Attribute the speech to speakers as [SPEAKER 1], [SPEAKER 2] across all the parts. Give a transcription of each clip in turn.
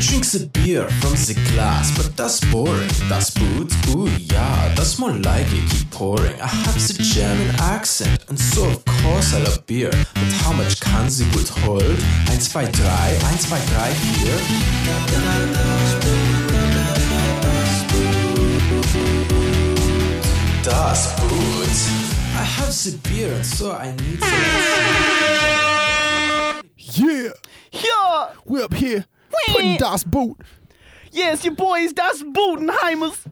[SPEAKER 1] Drinks a beer from the glass, but that's boring. That's booze, ooh yeah, that's more likely keep pouring. I have the German accent, and so of course I love beer. But how much can the good hold? 1, 2, 3, 1, 2, 3, here. Das Boot. I have the beer, and so I need the.
[SPEAKER 2] Yeah,
[SPEAKER 3] Yeah!
[SPEAKER 2] we're up here putting Das Boot.
[SPEAKER 3] Yes, your boys, das Bodenheimers.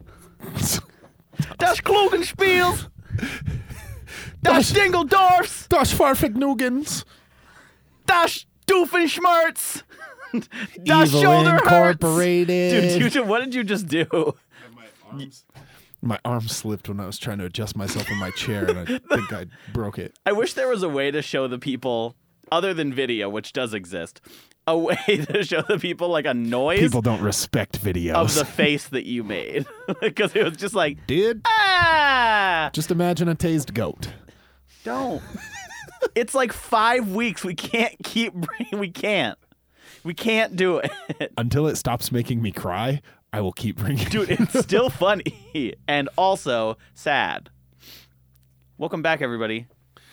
[SPEAKER 3] Das Klugenspiels. Das
[SPEAKER 2] Das-
[SPEAKER 3] Dingeldorfs.
[SPEAKER 2] Das Farfignugens.
[SPEAKER 3] Das Doofenshmirtz. Das Shoulder Hurts. Dude, you, what did you just do?
[SPEAKER 2] My arm slipped when I was trying to adjust myself in my chair, and I think I broke it.
[SPEAKER 3] I wish there was a way to show the people, other than video, which does exist, a way to show the people like a noise
[SPEAKER 2] People don't respect
[SPEAKER 3] of
[SPEAKER 2] videos.
[SPEAKER 3] the face that you made. Because it was just like,
[SPEAKER 2] Dude,
[SPEAKER 3] ah!
[SPEAKER 2] just imagine a tased goat.
[SPEAKER 3] Don't. it's like five weeks. We can't keep. bring- We can't. We can't do it,
[SPEAKER 2] Until it stops making me cry, I will keep bringing
[SPEAKER 3] dude. It's still funny and also sad. Welcome back, everybody.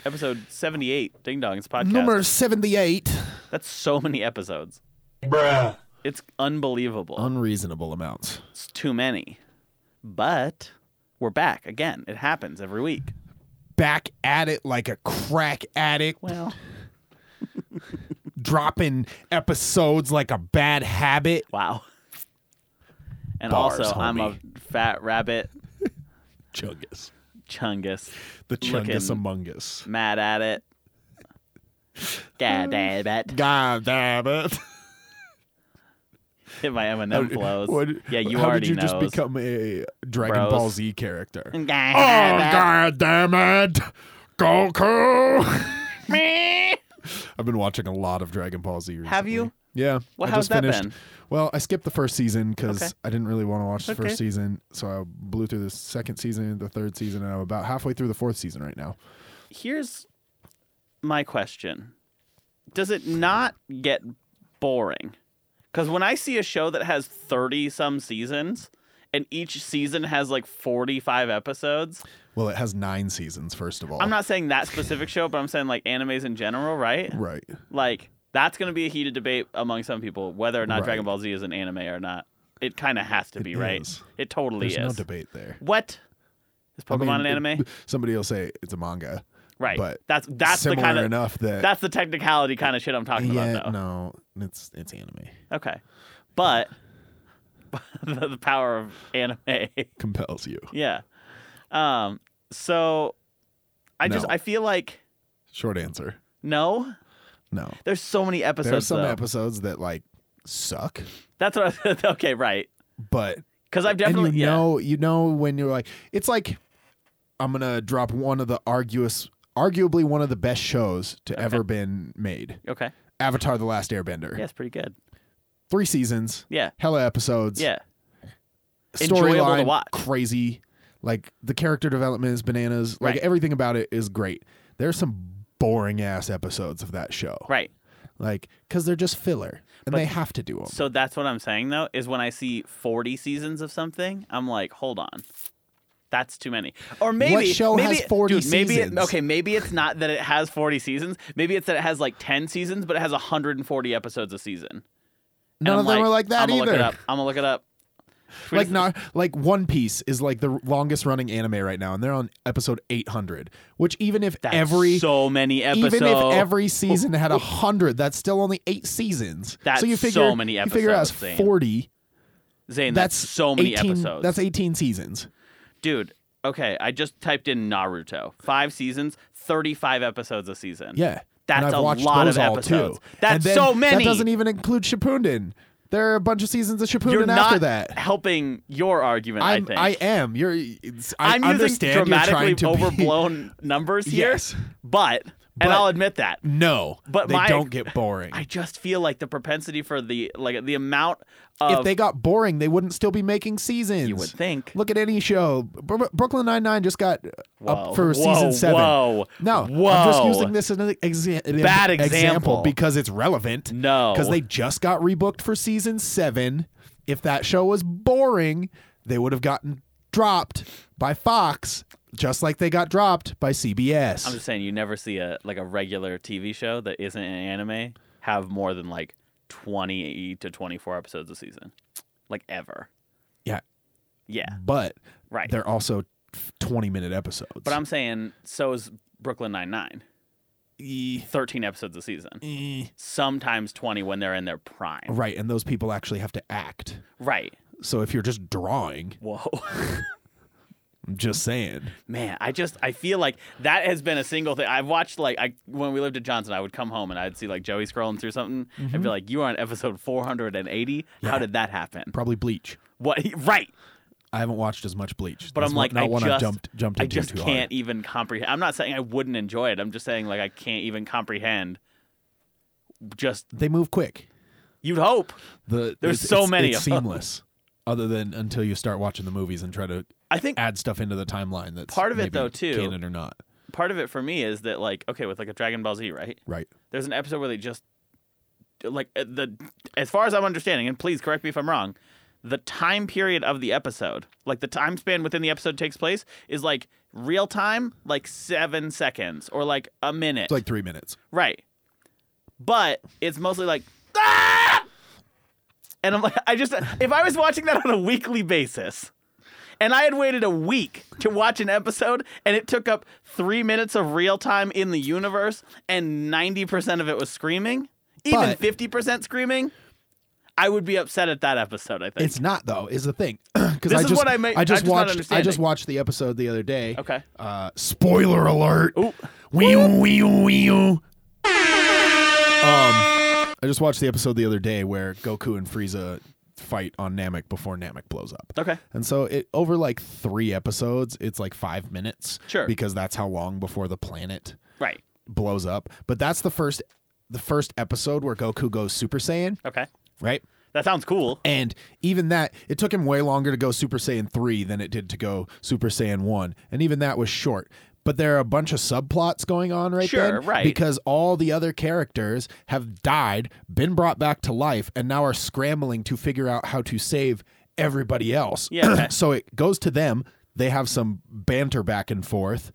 [SPEAKER 3] Episode seventy-eight, Ding Dong. It's a podcast.
[SPEAKER 2] Number 78.
[SPEAKER 3] That's so many episodes.
[SPEAKER 1] Bruh.
[SPEAKER 3] It's unbelievable.
[SPEAKER 2] Unreasonable amounts.
[SPEAKER 3] it's too many, but we're back again. It happens every week.
[SPEAKER 2] Back at it like a crack addict,
[SPEAKER 3] Well,
[SPEAKER 2] dropping episodes like a bad habit.
[SPEAKER 3] wow. And
[SPEAKER 2] Bars,
[SPEAKER 3] also, I'm a fat rabbit,
[SPEAKER 2] Chungus.
[SPEAKER 3] chungus.
[SPEAKER 2] The Chungus
[SPEAKER 3] Looking-
[SPEAKER 2] among us.
[SPEAKER 3] mad at it. God damn it.
[SPEAKER 2] God damn it.
[SPEAKER 3] Hit my Eminem flows.
[SPEAKER 2] Um, What-
[SPEAKER 3] yeah, you
[SPEAKER 2] how
[SPEAKER 3] already
[SPEAKER 2] did you
[SPEAKER 3] know.
[SPEAKER 2] just become a Dragon
[SPEAKER 3] Bros.
[SPEAKER 2] Ball Z character?
[SPEAKER 3] God
[SPEAKER 2] Oh
[SPEAKER 3] damn
[SPEAKER 2] god
[SPEAKER 3] it.
[SPEAKER 2] damn it, Goku! I've been watching a lot of Dragon Ball Z recently.
[SPEAKER 3] Have you?
[SPEAKER 2] Yeah.
[SPEAKER 3] Well,
[SPEAKER 2] I just
[SPEAKER 3] how's that
[SPEAKER 2] finished.
[SPEAKER 3] been?
[SPEAKER 2] Well, I skipped the first season because
[SPEAKER 3] Okay.
[SPEAKER 2] I didn't really want to watch the
[SPEAKER 3] Okay.
[SPEAKER 2] first season, so I blew through the second season, the third season, and I'm about halfway through the fourth season right now.
[SPEAKER 3] Here's my question Does it not get boring? Because when I see a show that has 30 some seasons and each season has like 45 episodes,
[SPEAKER 2] Well, it has nine seasons, first of all.
[SPEAKER 3] I'm not saying that specific show, but I'm saying like animes in general, right?
[SPEAKER 2] right.
[SPEAKER 3] like that's going to be a heated debate among some people whether or not
[SPEAKER 2] Right.
[SPEAKER 3] Dragon Ball Z is an anime or not. It kind of has to be, right?
[SPEAKER 2] is.
[SPEAKER 3] It totally
[SPEAKER 2] There's
[SPEAKER 3] is.
[SPEAKER 2] no debate there.
[SPEAKER 3] what is
[SPEAKER 2] I
[SPEAKER 3] Pokemon
[SPEAKER 2] mean,
[SPEAKER 3] an anime?
[SPEAKER 2] it- somebody will say it's a manga.
[SPEAKER 3] right.
[SPEAKER 2] but
[SPEAKER 3] that's that's the
[SPEAKER 2] similar
[SPEAKER 3] kind of
[SPEAKER 2] enough that
[SPEAKER 3] that's the technicality kind of shit I'm talking
[SPEAKER 2] yeah,
[SPEAKER 3] about though.
[SPEAKER 2] no, it's it's anime.
[SPEAKER 3] Okay, but the, the power of anime.
[SPEAKER 2] Compels you.
[SPEAKER 3] yeah. Um. So I just
[SPEAKER 2] No.
[SPEAKER 3] I feel like
[SPEAKER 2] Short answer.
[SPEAKER 3] no.
[SPEAKER 2] No.
[SPEAKER 3] There's so many episodes.
[SPEAKER 2] There are some
[SPEAKER 3] though.
[SPEAKER 2] episodes that like suck,
[SPEAKER 3] that's what I okay, right?
[SPEAKER 2] but
[SPEAKER 3] Because I've definitely
[SPEAKER 2] and you
[SPEAKER 3] yeah.
[SPEAKER 2] know you know when you're like it's like I'm gonna drop one of the arduous arguably one of the best shows to ever been made.
[SPEAKER 3] okay.
[SPEAKER 2] Avatar the Last Airbender.
[SPEAKER 3] Yeah, it's pretty good.
[SPEAKER 2] Three seasons,
[SPEAKER 3] Yeah.
[SPEAKER 2] hella episodes.
[SPEAKER 3] Yeah. Enjoyable to
[SPEAKER 2] Storyline
[SPEAKER 3] watch.
[SPEAKER 2] crazy. Like the character development is bananas. Like
[SPEAKER 3] Right.
[SPEAKER 2] everything about it is great. There's some boring ass episodes of that show.
[SPEAKER 3] Right.
[SPEAKER 2] Like cuz they're just filler and
[SPEAKER 3] But-
[SPEAKER 2] they have to do them.
[SPEAKER 3] So that's what I'm saying though is when I see 40 seasons of something, I'm like, hold on. That's too many. Or maybe
[SPEAKER 2] show
[SPEAKER 3] maybe,
[SPEAKER 2] has 40
[SPEAKER 3] dude, maybe it-
[SPEAKER 2] seasons?
[SPEAKER 3] okay, maybe it's not that it has 40 seasons. Maybe it's that it has like 10 seasons, but it has 140 episodes a season. And
[SPEAKER 2] None
[SPEAKER 3] I'm
[SPEAKER 2] of them are like that
[SPEAKER 3] I'm gonna Look
[SPEAKER 2] either.
[SPEAKER 3] it up. I'm gonna look it up. Should we
[SPEAKER 2] like
[SPEAKER 3] just-
[SPEAKER 2] not like One Piece is like the longest running anime right now, and they're on episode 800. Which even if
[SPEAKER 3] that's
[SPEAKER 2] every
[SPEAKER 3] so many episodes.
[SPEAKER 2] even if every season had a hundred, that's still only eight seasons.
[SPEAKER 3] That's
[SPEAKER 2] so you
[SPEAKER 3] so
[SPEAKER 2] figure
[SPEAKER 3] many
[SPEAKER 2] you figure out
[SPEAKER 3] episodes, Zane.
[SPEAKER 2] forty.
[SPEAKER 3] Zane,
[SPEAKER 2] That's,
[SPEAKER 3] that's, so many
[SPEAKER 2] 18
[SPEAKER 3] episodes.
[SPEAKER 2] That's eighteen seasons.
[SPEAKER 3] dude. Okay, I just typed in Naruto. Five seasons, 35 episodes a season.
[SPEAKER 2] Yeah, and
[SPEAKER 3] That's
[SPEAKER 2] I've
[SPEAKER 3] a
[SPEAKER 2] watched
[SPEAKER 3] lot
[SPEAKER 2] those
[SPEAKER 3] of
[SPEAKER 2] all
[SPEAKER 3] episodes.
[SPEAKER 2] Too.
[SPEAKER 3] That's
[SPEAKER 2] And then
[SPEAKER 3] so many.
[SPEAKER 2] That doesn't even include Shippuden. There are a bunch of seasons of Shippuden
[SPEAKER 3] You're not
[SPEAKER 2] after that.
[SPEAKER 3] helping your argument. i
[SPEAKER 2] I'm,
[SPEAKER 3] think
[SPEAKER 2] I am. You're. It's, I
[SPEAKER 3] am
[SPEAKER 2] understand
[SPEAKER 3] using
[SPEAKER 2] you're
[SPEAKER 3] dramatically
[SPEAKER 2] trying to be-
[SPEAKER 3] overblown numbers here,
[SPEAKER 2] Yes.
[SPEAKER 3] but and I'll admit that.
[SPEAKER 2] No,
[SPEAKER 1] But
[SPEAKER 2] they
[SPEAKER 3] my-
[SPEAKER 2] don't get boring.
[SPEAKER 3] I just feel like the propensity for the like the amount of
[SPEAKER 2] if they got boring, they wouldn't still be making seasons.
[SPEAKER 3] you would think
[SPEAKER 2] Look at any show. Bro- Brooklyn Nine Nine just got
[SPEAKER 3] Whoa.
[SPEAKER 2] up for
[SPEAKER 3] Whoa,
[SPEAKER 2] season seven.
[SPEAKER 3] Whoa,
[SPEAKER 2] No,
[SPEAKER 3] whoa,
[SPEAKER 2] I'm just using this as an exa-
[SPEAKER 3] Bad example.
[SPEAKER 2] because it's relevant.
[SPEAKER 3] No,
[SPEAKER 2] because they just got rebooked for season seven. If that show was boring, they would have gotten dropped by Fox, just like they got dropped by CBS.
[SPEAKER 3] I'm just saying you never see a like a regular TV show that isn't an anime have more than like 20 to 24 episodes a season, like ever.
[SPEAKER 2] Yeah.
[SPEAKER 3] Yeah.
[SPEAKER 2] but
[SPEAKER 3] Right.
[SPEAKER 2] they're also twenty minute episodes.
[SPEAKER 3] But I'm saying so is Brooklyn Nine Nine.
[SPEAKER 2] E-
[SPEAKER 3] 13 episodes a season.
[SPEAKER 2] e-
[SPEAKER 3] Sometimes 20 when they're in their prime.
[SPEAKER 2] right, and those people actually have to act.
[SPEAKER 3] Right.
[SPEAKER 2] So if you're just drawing,
[SPEAKER 3] Whoa.
[SPEAKER 2] I'm just saying.
[SPEAKER 3] Man, I just I feel like that has been a single thing. I've watched like I when we lived at Johnson, I would come home and I'd see like Joey scrolling through something and
[SPEAKER 2] Mm-hmm.
[SPEAKER 3] be like, "You are on episode 480. How did that happen?
[SPEAKER 2] Probably Bleach.
[SPEAKER 3] What? Right?
[SPEAKER 2] I haven't watched as much Bleach.
[SPEAKER 3] But
[SPEAKER 2] That's
[SPEAKER 3] I'm like,
[SPEAKER 2] not
[SPEAKER 3] I
[SPEAKER 2] one
[SPEAKER 3] just
[SPEAKER 2] I jumped jumped
[SPEAKER 3] I
[SPEAKER 2] into
[SPEAKER 3] just
[SPEAKER 2] too
[SPEAKER 3] can't
[SPEAKER 2] hard.
[SPEAKER 3] even comprehend. I'm not saying I wouldn't enjoy it. I'm just saying like I can't even comprehend. Just
[SPEAKER 2] They move quick.
[SPEAKER 3] you'd hope.
[SPEAKER 2] The
[SPEAKER 3] There's
[SPEAKER 2] it's-
[SPEAKER 3] so
[SPEAKER 2] it's-
[SPEAKER 3] many
[SPEAKER 2] It's
[SPEAKER 3] of them.
[SPEAKER 2] seamless, other than until you start watching the movies and try to
[SPEAKER 3] I think
[SPEAKER 2] add stuff into the timeline. That's
[SPEAKER 3] Part of it,
[SPEAKER 2] maybe
[SPEAKER 3] though, too-
[SPEAKER 2] canon or not.
[SPEAKER 3] part of it for me is that like okay with like a Dragon Ball Z, right?
[SPEAKER 2] Right.
[SPEAKER 3] There's an episode where they just like uh, the as far as I'm understanding, and please correct me if I'm wrong, the time period of the episode, like the time span within the episode takes place, is like real time, like seven seconds or like a minute,
[SPEAKER 2] It's like three minutes.
[SPEAKER 3] right? But it's mostly like ah! and I'm like, I just if I was watching that on a weekly basis. And I had waited a week to watch an episode, and it took up three minutes of real time in the universe, and 90% of it was screaming, even
[SPEAKER 2] But-
[SPEAKER 3] 50% screaming. I would be upset at that episode, I think.
[SPEAKER 2] It's not though. Is the thing because
[SPEAKER 3] This
[SPEAKER 2] I
[SPEAKER 3] is
[SPEAKER 2] just
[SPEAKER 3] what I ma-
[SPEAKER 2] I just
[SPEAKER 3] I'm just not
[SPEAKER 2] watched I just
[SPEAKER 3] understanding.
[SPEAKER 2] watched the episode the other day.
[SPEAKER 3] Okay.
[SPEAKER 2] Uh, spoiler alert. Wee wee wee. Um, I just watched the episode the other day where Goku and Frieza fight on Namek before Namek blows up.
[SPEAKER 3] Okay.
[SPEAKER 2] And so it over like three episodes, it's like five minutes.
[SPEAKER 3] Sure.
[SPEAKER 2] Because that's how long before the planet
[SPEAKER 3] Right.
[SPEAKER 2] blows up. But that's the first the first episode where Goku goes Super Saiyan,
[SPEAKER 3] Okay.
[SPEAKER 2] right?
[SPEAKER 3] That sounds cool.
[SPEAKER 2] And even that, it took him way longer to go Super Saiyan 3 than it did to go Super Saiyan 1. And even that was short. But there are a bunch of subplots going on right
[SPEAKER 3] Sure,
[SPEAKER 2] then
[SPEAKER 3] right.
[SPEAKER 2] because all the other characters have died, been brought back to life, and now are scrambling to figure out how to save everybody else.
[SPEAKER 3] Yeah, okay.
[SPEAKER 2] so it goes to them. They have some banter back and forth.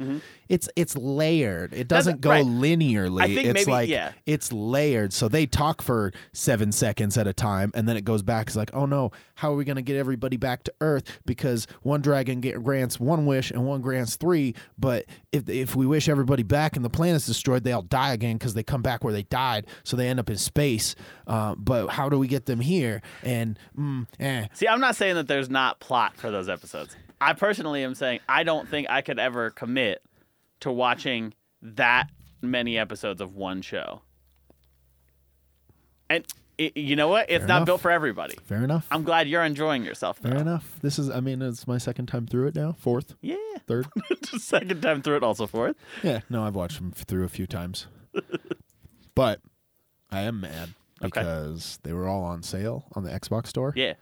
[SPEAKER 2] It's it's layered. It
[SPEAKER 3] Mm-hmm. That's-
[SPEAKER 2] doesn't go
[SPEAKER 3] right.
[SPEAKER 2] linearly.
[SPEAKER 3] I think
[SPEAKER 2] it's
[SPEAKER 3] maybe-
[SPEAKER 2] like
[SPEAKER 3] yeah.
[SPEAKER 2] it's layered. So they talk for seven seconds at a time, and then it goes back. It's like, oh no, how are we gonna get everybody back to Earth? Because one dragon get, grants one wish and one grants three. But if if we wish everybody back and the planet's destroyed, they all die again because they come back where they died. So they end up in space. Uh, but how do we get them here? And mm, eh.
[SPEAKER 3] See, I'm not saying that there's not plot for those episodes. I personally am saying I don't think I could ever commit to watching that many episodes of one show. And i you know what? It's not
[SPEAKER 2] enough.
[SPEAKER 3] built for everybody.
[SPEAKER 2] fair enough.
[SPEAKER 3] I'm glad you're enjoying yourself. Though.
[SPEAKER 2] fair enough. This is, I mean, it's my second time through it now. Fourth,
[SPEAKER 3] Yeah.
[SPEAKER 2] third.
[SPEAKER 3] Second time through it, also fourth.
[SPEAKER 2] Yeah, no, I've watched them through a few times, but I am mad because they were all on sale on the Xbox store.
[SPEAKER 3] Yeah.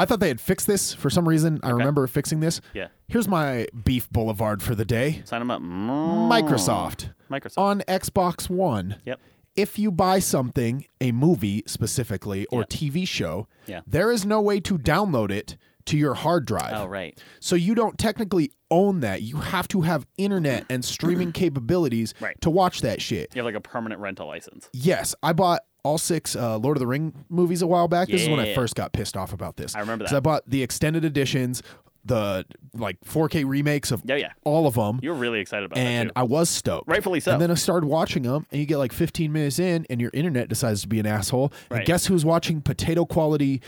[SPEAKER 2] I thought they had fixed this for some reason. I remember fixing this.
[SPEAKER 3] Yeah.
[SPEAKER 2] Here's my beef boulevard for the day.
[SPEAKER 3] Sign them up. Mm,
[SPEAKER 2] Microsoft
[SPEAKER 3] Microsoft.
[SPEAKER 2] on Xbox One.
[SPEAKER 3] Yep.
[SPEAKER 2] If you buy something, a movie specifically or TV show,
[SPEAKER 3] Yeah.
[SPEAKER 2] there is no way to download it to your hard drive.
[SPEAKER 3] Oh, right.
[SPEAKER 2] So you don't technically own that. You have to have internet and streaming capabilities
[SPEAKER 3] Right.
[SPEAKER 2] to watch that shit.
[SPEAKER 3] You have like a permanent rental license.
[SPEAKER 2] Yes, I bought all six uh, Lord of the Ring movies a while back. This is when I
[SPEAKER 3] Yeah.
[SPEAKER 2] first got pissed off about this.
[SPEAKER 3] I remember
[SPEAKER 2] 'Cause
[SPEAKER 3] that.
[SPEAKER 2] I bought the extended editions, the like 4K remakes of
[SPEAKER 3] Yeah, yeah.
[SPEAKER 2] all of them.
[SPEAKER 3] You were really excited about
[SPEAKER 2] and
[SPEAKER 3] that.
[SPEAKER 2] I was stoked.
[SPEAKER 3] Rightfully so.
[SPEAKER 2] And then I started watching them, and you get like 15 minutes in, and your internet decides to be an asshole.
[SPEAKER 3] Right.
[SPEAKER 2] And guess who's watching potato quality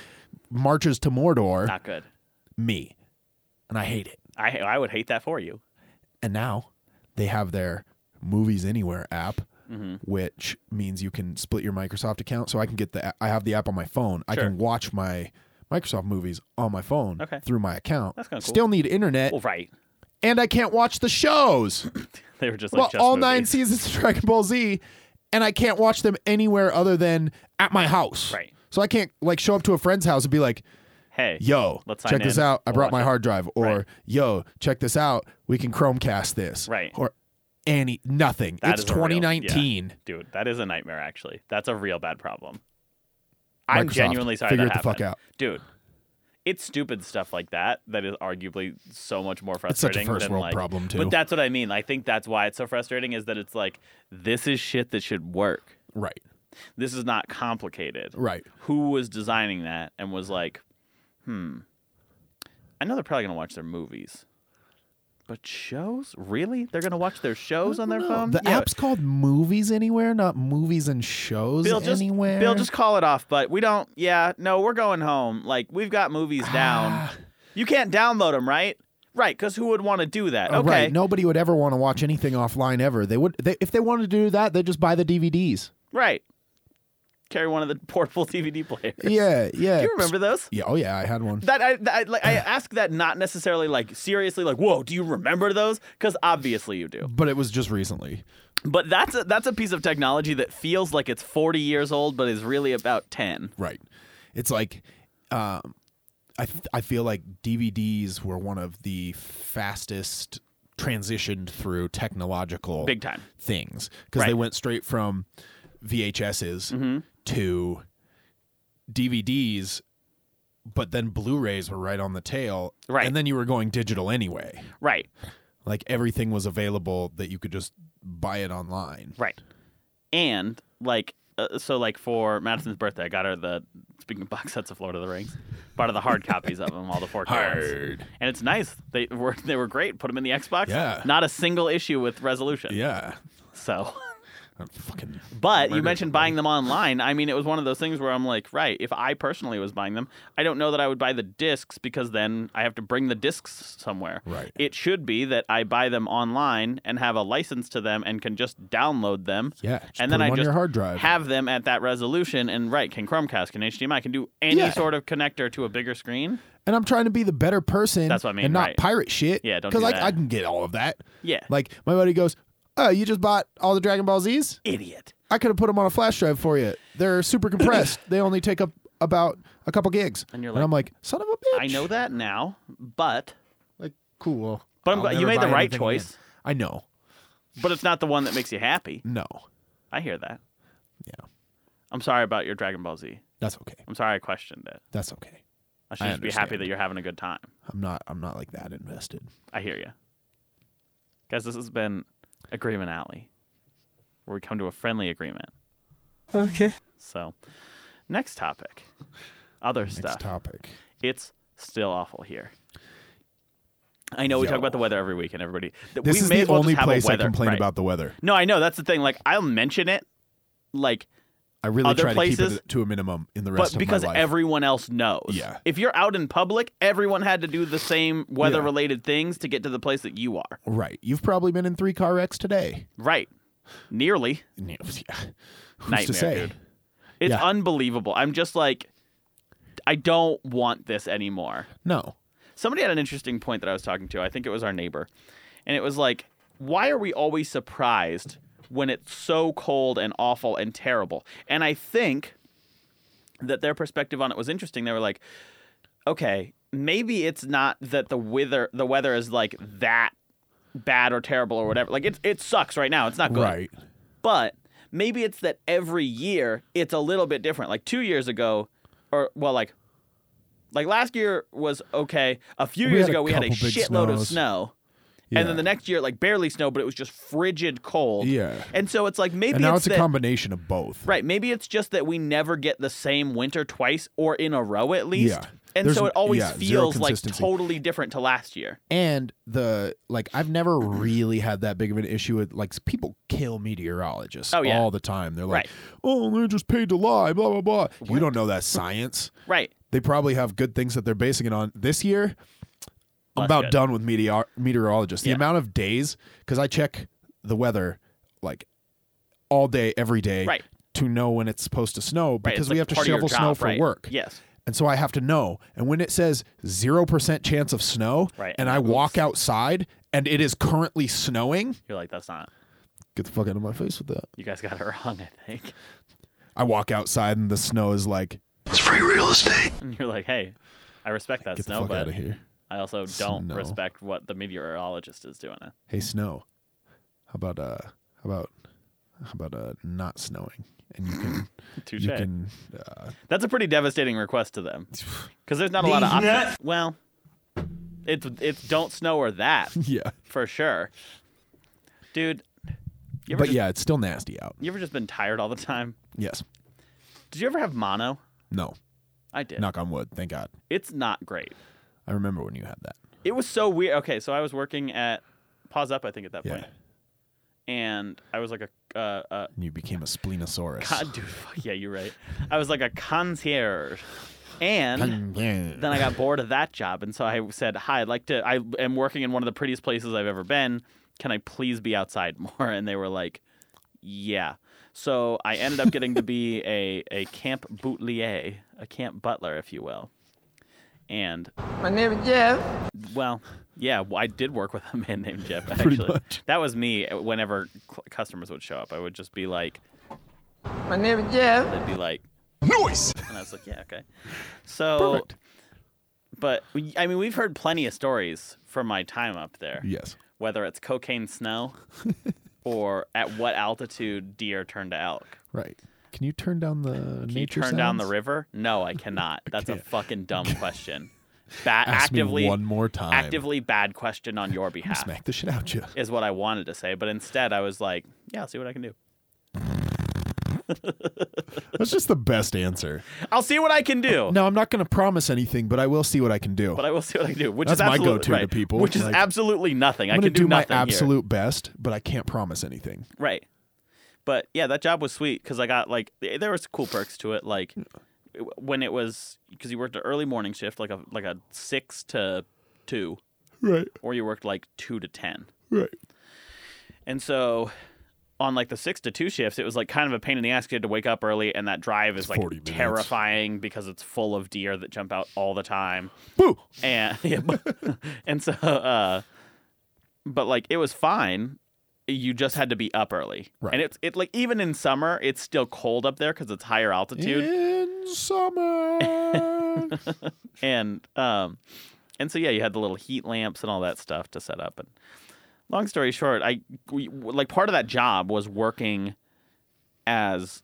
[SPEAKER 2] marches to Mordor?
[SPEAKER 3] Too. Not good.
[SPEAKER 2] Me. And I hate it.
[SPEAKER 3] I I would hate that for you.
[SPEAKER 2] And now they have their Movies Anywhere app,
[SPEAKER 3] Mm-hmm.
[SPEAKER 2] which means you can split your Microsoft account. So I can get the I have the app on my phone. I
[SPEAKER 3] Sure.
[SPEAKER 2] can watch my Microsoft movies on my phone
[SPEAKER 3] Okay.
[SPEAKER 2] through my account.
[SPEAKER 3] That's kinda cool.
[SPEAKER 2] Still need internet
[SPEAKER 3] Well, right.
[SPEAKER 2] and I can't watch the shows.
[SPEAKER 3] They were just like
[SPEAKER 2] Well,
[SPEAKER 3] just
[SPEAKER 2] all
[SPEAKER 3] movies.
[SPEAKER 2] nine seasons of Dragon Ball Z, and I can't watch them anywhere other than at my house.
[SPEAKER 3] Right.
[SPEAKER 2] So I can't like show up to a friend's house and be like,
[SPEAKER 3] Hey,
[SPEAKER 2] "Yo,
[SPEAKER 3] Let's sign
[SPEAKER 2] check this
[SPEAKER 3] in.
[SPEAKER 2] out. I
[SPEAKER 3] We'll
[SPEAKER 2] brought
[SPEAKER 3] watch
[SPEAKER 2] my
[SPEAKER 3] it."
[SPEAKER 2] hard drive." Or,
[SPEAKER 3] Right.
[SPEAKER 2] "Yo, check this out. We can Chromecast this."
[SPEAKER 3] Right.
[SPEAKER 2] Or any nothing.
[SPEAKER 3] That
[SPEAKER 2] it's
[SPEAKER 3] is a real- yeah.
[SPEAKER 2] 2019.
[SPEAKER 3] dude, that is a nightmare. Actually, that's a real bad problem. I'm
[SPEAKER 2] Microsoft,
[SPEAKER 3] genuinely sorry
[SPEAKER 2] figure
[SPEAKER 3] that
[SPEAKER 2] it the fuck
[SPEAKER 3] happened.
[SPEAKER 2] out.
[SPEAKER 3] dude. It's stupid stuff like that that is arguably so much more
[SPEAKER 2] It's such
[SPEAKER 3] frustrating.
[SPEAKER 2] a first
[SPEAKER 3] than
[SPEAKER 2] world
[SPEAKER 3] like,
[SPEAKER 2] problem too.
[SPEAKER 3] But that's what I mean. I think that's why it's so frustrating is that it's like this is shit that should work.
[SPEAKER 2] right.
[SPEAKER 3] This is not complicated.
[SPEAKER 2] Right.
[SPEAKER 3] Who was designing that and was like, hmm, I know they're probably gonna watch their movies, but shows really? They're gonna watch their shows on their
[SPEAKER 2] No,
[SPEAKER 3] phone?
[SPEAKER 2] The
[SPEAKER 3] Yeah,
[SPEAKER 2] app's called Movies Anywhere, not Movies and Shows
[SPEAKER 3] Bill just
[SPEAKER 2] Anywhere.
[SPEAKER 3] Bill just call it off. But we don't. Yeah, no, we're going home. Like we've got movies down.
[SPEAKER 2] Ah.
[SPEAKER 3] you can't download them, right? Right, because who would want to do that?
[SPEAKER 2] Oh,
[SPEAKER 3] okay,
[SPEAKER 2] Right. Nobody would ever want to watch anything offline ever. They would they, if they wanted to do that, they'd just buy the DVDs.
[SPEAKER 3] right. Carry one of the portable DVD players.
[SPEAKER 2] Yeah, yeah.
[SPEAKER 3] Do you remember those?
[SPEAKER 2] Yeah, oh yeah, I had one.
[SPEAKER 3] That I, that I like. I ask that not necessarily like seriously. Like, whoa, do you remember those? Because obviously you do.
[SPEAKER 2] But it was just recently.
[SPEAKER 3] But that's a, that's a piece of technology that feels like it's forty years old, but is really about ten.
[SPEAKER 2] Right. It's like um I th- I feel like DVDs were one of the fastest transitioned through technological
[SPEAKER 3] Big time.
[SPEAKER 2] things because they
[SPEAKER 3] Right. Mm-hmm.
[SPEAKER 2] went straight from VHSs to DVDs, but then Blu-rays were right on the tail,
[SPEAKER 3] Right.
[SPEAKER 2] And then you were going digital anyway.
[SPEAKER 3] Right.
[SPEAKER 2] Like everything was available that you could just buy it online.
[SPEAKER 3] Right. And like uh, so like for Madison's birthday, I got her the speaking of box sets of Lord of the Rings, part of the hard copies of them, all the four ones.
[SPEAKER 2] Hard.
[SPEAKER 3] And it's nice. They were they were great. Put them in the Xbox.
[SPEAKER 2] Yeah.
[SPEAKER 3] Not a single issue with resolution.
[SPEAKER 2] Yeah.
[SPEAKER 3] So,
[SPEAKER 2] I'm fucking
[SPEAKER 3] but you
[SPEAKER 2] Murdered
[SPEAKER 3] mentioned buying them online. I mean, it was one of those things where I'm like, right, if I personally was buying them, I don't know that I would buy the discs because then I have to bring the discs somewhere.
[SPEAKER 2] Right.
[SPEAKER 3] It should be that I buy them online and have a license to them and can just download them
[SPEAKER 2] yeah. just
[SPEAKER 3] and
[SPEAKER 2] put
[SPEAKER 3] then
[SPEAKER 2] 'em
[SPEAKER 3] I
[SPEAKER 2] on
[SPEAKER 3] just
[SPEAKER 2] your hard drive.
[SPEAKER 3] have them at that resolution and right can Chromecast can HDMI can do any
[SPEAKER 2] Yeah.
[SPEAKER 3] sort of connector to a bigger screen.
[SPEAKER 2] and I'm trying to be the better person.
[SPEAKER 3] That's what I mean,
[SPEAKER 2] And not
[SPEAKER 3] right.
[SPEAKER 2] pirate shit.
[SPEAKER 3] Yeah, don't
[SPEAKER 2] because
[SPEAKER 3] do
[SPEAKER 2] like
[SPEAKER 3] that.
[SPEAKER 2] I can get all of that.
[SPEAKER 3] Yeah,
[SPEAKER 2] Like my buddy goes, "Oh, you just bought all the Dragon Ball Z's."
[SPEAKER 3] idiot.
[SPEAKER 2] I could have put them on a flash drive for you. They're super compressed. they only take up about a couple gigs.
[SPEAKER 3] And you're
[SPEAKER 2] and I'm like, son of a bitch.
[SPEAKER 3] I know that now, but
[SPEAKER 2] Like, cool.
[SPEAKER 3] But I'm
[SPEAKER 2] I'll
[SPEAKER 3] glad- you
[SPEAKER 2] never
[SPEAKER 3] made the
[SPEAKER 2] buy
[SPEAKER 3] right
[SPEAKER 2] anything
[SPEAKER 3] choice.
[SPEAKER 2] again. I know.
[SPEAKER 3] but it's not the one that makes you happy.
[SPEAKER 2] No,
[SPEAKER 3] I hear that.
[SPEAKER 2] Yeah.
[SPEAKER 3] I'm sorry about your Dragon Ball Z.
[SPEAKER 2] that's okay.
[SPEAKER 3] I'm sorry I questioned it.
[SPEAKER 2] That's okay.
[SPEAKER 3] I should
[SPEAKER 2] I
[SPEAKER 3] just be happy
[SPEAKER 2] understand.
[SPEAKER 3] that you're having a good time.
[SPEAKER 2] I'm not. I'm not like that invested.
[SPEAKER 3] I hear you. Guys, this has been Agreement Alley, where we come to a friendly agreement.
[SPEAKER 4] Okay.
[SPEAKER 3] So, next topic, other
[SPEAKER 2] Next
[SPEAKER 3] stuff.
[SPEAKER 2] topic.
[SPEAKER 3] It's still awful here. I know we
[SPEAKER 2] Yo.
[SPEAKER 3] talk about the weather every week and everybody. th-
[SPEAKER 2] This
[SPEAKER 3] we
[SPEAKER 2] is
[SPEAKER 3] may
[SPEAKER 2] the
[SPEAKER 3] as well
[SPEAKER 2] only
[SPEAKER 3] just have a
[SPEAKER 2] place I
[SPEAKER 3] weather-
[SPEAKER 2] complain
[SPEAKER 3] right.
[SPEAKER 2] about the weather.
[SPEAKER 3] No, I know that's the thing. Like I'll mention it, like,
[SPEAKER 2] I really
[SPEAKER 3] Other
[SPEAKER 2] try to
[SPEAKER 3] places-
[SPEAKER 2] keep it to a minimum in the rest
[SPEAKER 3] but
[SPEAKER 2] of
[SPEAKER 3] because
[SPEAKER 2] my life.
[SPEAKER 3] everyone else knows.
[SPEAKER 2] Yeah.
[SPEAKER 3] If you're out in public, everyone had to do the same weather-related things to get to the place that you are.
[SPEAKER 2] right. You've probably been in three car wrecks today.
[SPEAKER 3] Right. Nearly.
[SPEAKER 2] Yeah. Who's
[SPEAKER 3] Nightmare,
[SPEAKER 2] to say?
[SPEAKER 3] dude. It's
[SPEAKER 2] Yeah.
[SPEAKER 3] unbelievable. I'm just like, I don't want this anymore.
[SPEAKER 2] No.
[SPEAKER 3] somebody had an interesting point that I was talking to. I think it was our neighbor. And it was like, why are we always surprised when it's so cold and awful and terrible? And I think that their perspective on it was interesting. They were like, okay, maybe it's not that the weather the weather is like that bad or terrible or whatever. Like it it sucks right now. It's not good
[SPEAKER 2] Right.
[SPEAKER 3] but maybe it's that every year it's a little bit different. Like two years ago, or well, like like last year was okay. A few
[SPEAKER 2] We
[SPEAKER 3] years
[SPEAKER 2] had a
[SPEAKER 3] ago, we had a
[SPEAKER 2] couple big
[SPEAKER 3] shitload of
[SPEAKER 2] snows.
[SPEAKER 3] snow.
[SPEAKER 2] Yeah.
[SPEAKER 3] And then the next year, like barely snow, but it was just frigid cold.
[SPEAKER 2] Yeah.
[SPEAKER 3] And so it's like maybe
[SPEAKER 2] And now
[SPEAKER 3] it's,
[SPEAKER 2] it's a
[SPEAKER 3] that,
[SPEAKER 2] combination of both.
[SPEAKER 3] right. Maybe it's just that we never get the same winter twice or in a row at least.
[SPEAKER 2] Yeah.
[SPEAKER 3] And
[SPEAKER 2] There's
[SPEAKER 3] so it
[SPEAKER 2] n-
[SPEAKER 3] always
[SPEAKER 2] yeah, zero
[SPEAKER 3] feels like
[SPEAKER 2] consistency.
[SPEAKER 3] totally different to last year.
[SPEAKER 2] and the like i've never really had that big of an issue with like people kill meteorologists
[SPEAKER 3] Oh, yeah.
[SPEAKER 2] all the time they're like
[SPEAKER 3] Right.
[SPEAKER 2] oh they're just paid to lie blah blah blah you don't know that's science
[SPEAKER 3] Right.
[SPEAKER 2] they probably have good things that they're basing it on this year i'm
[SPEAKER 3] Less
[SPEAKER 2] about
[SPEAKER 3] good.
[SPEAKER 2] done with meteor- meteorologists the
[SPEAKER 3] Yeah.
[SPEAKER 2] amount of days because i check the weather like all day every day
[SPEAKER 3] Right.
[SPEAKER 2] to know when it's supposed to snow
[SPEAKER 3] Right.
[SPEAKER 2] because
[SPEAKER 3] It's
[SPEAKER 2] we have
[SPEAKER 3] like
[SPEAKER 2] to
[SPEAKER 3] part of your
[SPEAKER 2] shovel snow
[SPEAKER 3] job,
[SPEAKER 2] for
[SPEAKER 3] right.
[SPEAKER 2] work
[SPEAKER 3] Yes.
[SPEAKER 2] and so I have to know. And when it says zero percent chance of snow,
[SPEAKER 3] Right,
[SPEAKER 2] and
[SPEAKER 3] and
[SPEAKER 2] I
[SPEAKER 3] oops.
[SPEAKER 2] walk outside and it is currently snowing,
[SPEAKER 3] You're like, that's not.
[SPEAKER 2] get the fuck out of my face with that.
[SPEAKER 3] You guys got it wrong, I think.
[SPEAKER 2] I walk outside and the snow is like,
[SPEAKER 1] It's free real estate.
[SPEAKER 3] And you're like, hey, I respect that
[SPEAKER 2] get the
[SPEAKER 3] snow,
[SPEAKER 2] fuck
[SPEAKER 3] but
[SPEAKER 2] out of here.
[SPEAKER 3] I also don't
[SPEAKER 2] Snow.
[SPEAKER 3] respect what the meteorologist is doing.
[SPEAKER 2] Hey, snow. How about uh, how about, how about uh, not snowing? And you can,
[SPEAKER 3] Touche.
[SPEAKER 2] you can. Uh,
[SPEAKER 3] That's a pretty devastating request to them, because there's not a lot of options. Well, it's it's don't snow or that
[SPEAKER 2] yeah,
[SPEAKER 3] for sure, dude. You ever
[SPEAKER 2] but
[SPEAKER 3] just,
[SPEAKER 2] yeah, it's still nasty out.
[SPEAKER 3] you ever just been tired all the time?
[SPEAKER 2] Yes.
[SPEAKER 3] Did you ever have mono?
[SPEAKER 2] No.
[SPEAKER 3] I did.
[SPEAKER 2] Knock on wood. Thank God.
[SPEAKER 3] It's not great.
[SPEAKER 2] I remember when you had that.
[SPEAKER 3] It was so weird. Okay, so I was working at Pause Up, I think, at that
[SPEAKER 2] Yeah.
[SPEAKER 3] point. and I was like a uh, uh,
[SPEAKER 2] And you became a splenosaurus.
[SPEAKER 3] God, dude, fuck yeah, you're right. I was like a concierge, and
[SPEAKER 2] then
[SPEAKER 3] then I got bored of that job, and so I said, "Hi, I'd like to. I am working in one of the prettiest places I've ever been. Can I please be outside more?" And they were like, "Yeah." So I ended up getting to be a a camp bootlier, a camp butler, if you will. And
[SPEAKER 4] My name is Jeff.
[SPEAKER 3] well, yeah, well, I did work with a man named Jeff. Actually,
[SPEAKER 2] much.
[SPEAKER 3] that was me. eh, Whenever cl- customers would show up, I would just be like,
[SPEAKER 4] My name is Jeff.
[SPEAKER 3] they'd be like,
[SPEAKER 2] noise.
[SPEAKER 3] And I was like, yeah, okay. So,
[SPEAKER 2] Perfect.
[SPEAKER 3] but we- I mean, we've heard plenty of stories from my time up there,
[SPEAKER 2] Yes.
[SPEAKER 3] whether it's cocaine snow or at what altitude deer turn to elk.
[SPEAKER 2] Right. Can you turn down the
[SPEAKER 3] Can
[SPEAKER 2] nature
[SPEAKER 3] you turn down the
[SPEAKER 2] sounds?
[SPEAKER 3] river? No, I cannot. That's a
[SPEAKER 2] Okay.
[SPEAKER 3] fucking dumb question. Bad,
[SPEAKER 2] Ask me
[SPEAKER 3] actively,
[SPEAKER 2] one more time.
[SPEAKER 3] actively bad question on your behalf
[SPEAKER 2] Smack the shit out you.
[SPEAKER 3] is what I wanted to say, but instead I was like, yeah, I'll see what I can do.
[SPEAKER 2] That's just the best answer.
[SPEAKER 3] I'll see what I can do.
[SPEAKER 2] No, I'm not going to promise anything, but I will see what I can do.
[SPEAKER 3] But I will see what I can do, which is
[SPEAKER 2] That's my
[SPEAKER 3] absolute-
[SPEAKER 2] go-to to
[SPEAKER 3] right,
[SPEAKER 2] people,
[SPEAKER 3] Which is
[SPEAKER 2] like,
[SPEAKER 3] absolutely nothing. I
[SPEAKER 2] am
[SPEAKER 3] can
[SPEAKER 2] going to
[SPEAKER 3] do,
[SPEAKER 2] do my
[SPEAKER 3] nothing here.
[SPEAKER 2] absolute best, but I can't promise anything.
[SPEAKER 3] Right. But yeah, that job was sweet because I got like th- there was cool perks to it, like w- when it was because you worked an early morning shift, like a like a six to two,
[SPEAKER 2] Right.
[SPEAKER 3] or you worked like two to ten,
[SPEAKER 2] Right.
[SPEAKER 3] and so on like the six to two shifts, it was like kind of a pain in the ass. 'cause You had to wake up early, and that drive is like
[SPEAKER 2] 40 minutes.
[SPEAKER 3] terrifying because it's full of deer that jump out all the time
[SPEAKER 2] Boo.
[SPEAKER 3] and yeah, but- and so uh but like it was fine you just had to be up early
[SPEAKER 2] Right.
[SPEAKER 3] and it's it like even in summer it's still cold up there because it's higher altitude
[SPEAKER 2] In summer.
[SPEAKER 3] and um and so yeah you had the little heat lamps and all that stuff to set up and long story short i we, like part of that job was working as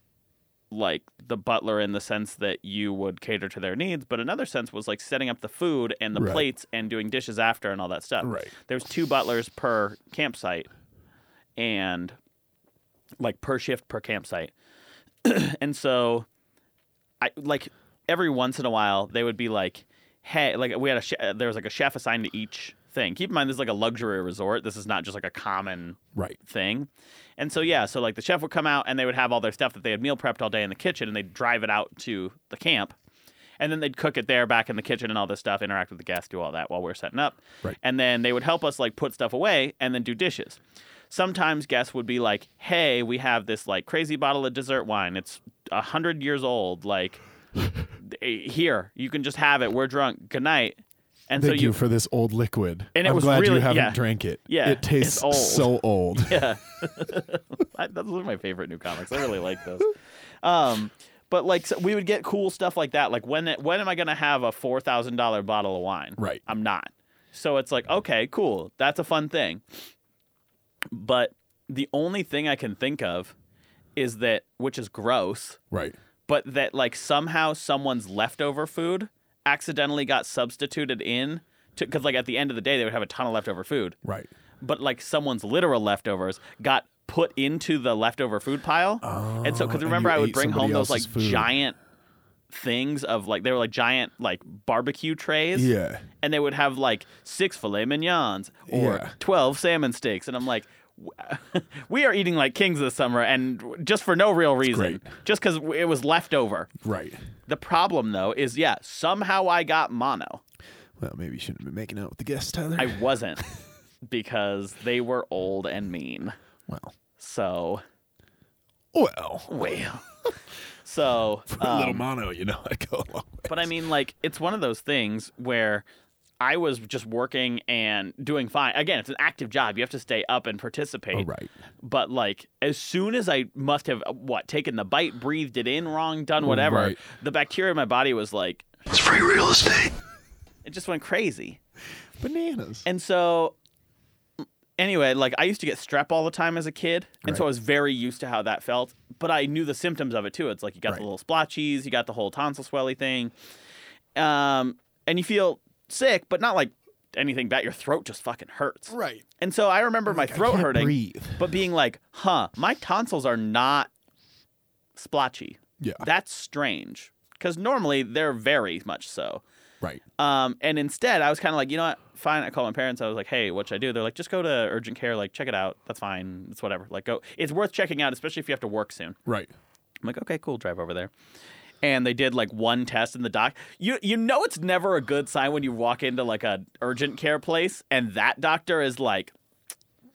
[SPEAKER 3] like the butler in the sense that you would cater to their needs but another sense was like setting up the food and the
[SPEAKER 2] Right.
[SPEAKER 3] plates and doing dishes after and all that stuff
[SPEAKER 2] Right.
[SPEAKER 3] there was two butlers per campsite and like per shift per campsite and so I like every once in a while they would be like, "Hey, like we had a che- uh, there was like a chef assigned to each thing." Keep in mind this is like a luxury resort. This is not just like a common
[SPEAKER 2] right.
[SPEAKER 3] thing. And so yeah, so like the chef would come out and they would have all their stuff that they had meal prepped all day in the kitchen and they'd drive it out to the camp. And then they'd cook it there back in the kitchen and all this stuff, interact with the guests, do all that while we are setting up.
[SPEAKER 2] Right.
[SPEAKER 3] And then they would help us like put stuff away and then do dishes. Sometimes guests would be like, "Hey, we have this like crazy bottle of dessert wine. It's 100 years old. Like eh, here, you can just have it. We're drunk. Good night." And
[SPEAKER 2] Thank
[SPEAKER 3] so
[SPEAKER 2] you, for this old liquid.
[SPEAKER 3] And it
[SPEAKER 2] I'm
[SPEAKER 3] was
[SPEAKER 2] glad
[SPEAKER 3] really-
[SPEAKER 2] you haven't
[SPEAKER 3] yeah.
[SPEAKER 2] drank it.
[SPEAKER 3] Yeah,
[SPEAKER 2] It tastes
[SPEAKER 3] it's old.
[SPEAKER 2] so old.
[SPEAKER 3] I, those are my favorite new comics. I really like those. Um, but like so we would get cool stuff like that. Like when when am I gonna have a four thousand dollar bottle of wine?
[SPEAKER 2] Right.
[SPEAKER 3] I'm not. So it's like okay, cool. That's a fun thing. But the only thing I can think of is that which is gross,
[SPEAKER 2] Right.
[SPEAKER 3] but that like somehow someone's leftover food accidentally got substituted in because like at the end of the day they would have a ton of leftover food
[SPEAKER 2] Right.
[SPEAKER 3] but like someone's literal leftovers got put into the leftover food pile. Oh, and so, because
[SPEAKER 2] and
[SPEAKER 3] remember,
[SPEAKER 2] you
[SPEAKER 3] I would
[SPEAKER 2] ate
[SPEAKER 3] bring home
[SPEAKER 2] somebody
[SPEAKER 3] those like
[SPEAKER 2] else's food.
[SPEAKER 3] giant things of like they were like giant like barbecue trays.
[SPEAKER 2] Yeah.
[SPEAKER 3] And they would have like six filet mignons or
[SPEAKER 2] Yeah.
[SPEAKER 3] twelve salmon steaks, and I'm like. w- We are eating like kings this summer, and just for no real reason,
[SPEAKER 2] great.
[SPEAKER 3] just because it was leftover.
[SPEAKER 2] Right.
[SPEAKER 3] The problem, though, is yeah, somehow I got mono.
[SPEAKER 2] Well, maybe you shouldn't have been making out with the guests, Tyler.
[SPEAKER 3] I wasn't because they were old and mean.
[SPEAKER 2] well.
[SPEAKER 3] So
[SPEAKER 2] Well.
[SPEAKER 3] well, so
[SPEAKER 2] a little
[SPEAKER 3] um,
[SPEAKER 2] mono, you know, I go a long way.
[SPEAKER 3] but I mean, like it's one of those things where I was just working and doing fine. Again, it's an active job. You have to stay up and participate.
[SPEAKER 2] Oh, right.
[SPEAKER 3] But like as soon as I must have uh, what, taken the bite, breathed it in wrong, done whatever,
[SPEAKER 2] Right.
[SPEAKER 3] the bacteria in my body was like
[SPEAKER 5] It's free real estate.
[SPEAKER 3] it just went crazy.
[SPEAKER 2] Bananas.
[SPEAKER 3] And so anyway, like I used to get strep all the time as a kid, and so I was very used to how that felt, but I knew the symptoms of it too. It's like you got
[SPEAKER 2] Right.
[SPEAKER 3] the little splotchies, you got the whole tonsil swelly thing. Um and you feel sick, but not like anything bad. Your throat just fucking hurts.
[SPEAKER 2] Right.
[SPEAKER 3] And so I remember my throat
[SPEAKER 2] can't
[SPEAKER 3] hurting,
[SPEAKER 2] breathe.
[SPEAKER 3] but being like, "Huh, my tonsils are not splotchy.
[SPEAKER 2] Yeah.
[SPEAKER 3] That's strange." Because normally they're very much so.
[SPEAKER 2] Right.
[SPEAKER 3] Um, and instead, I was kind of like, you know what? Fine. I called my parents. I was like, hey, what should I do? They're like, just go to urgent care. Like, check it out. That's fine. It's whatever. Like, go. It's worth checking out, especially if you have to work soon.
[SPEAKER 2] Right.
[SPEAKER 3] I'm like, okay, cool. Drive over there. And they did like one test in the doc. You you know it's never a good sign when you walk into like a urgent care place and that doctor is like,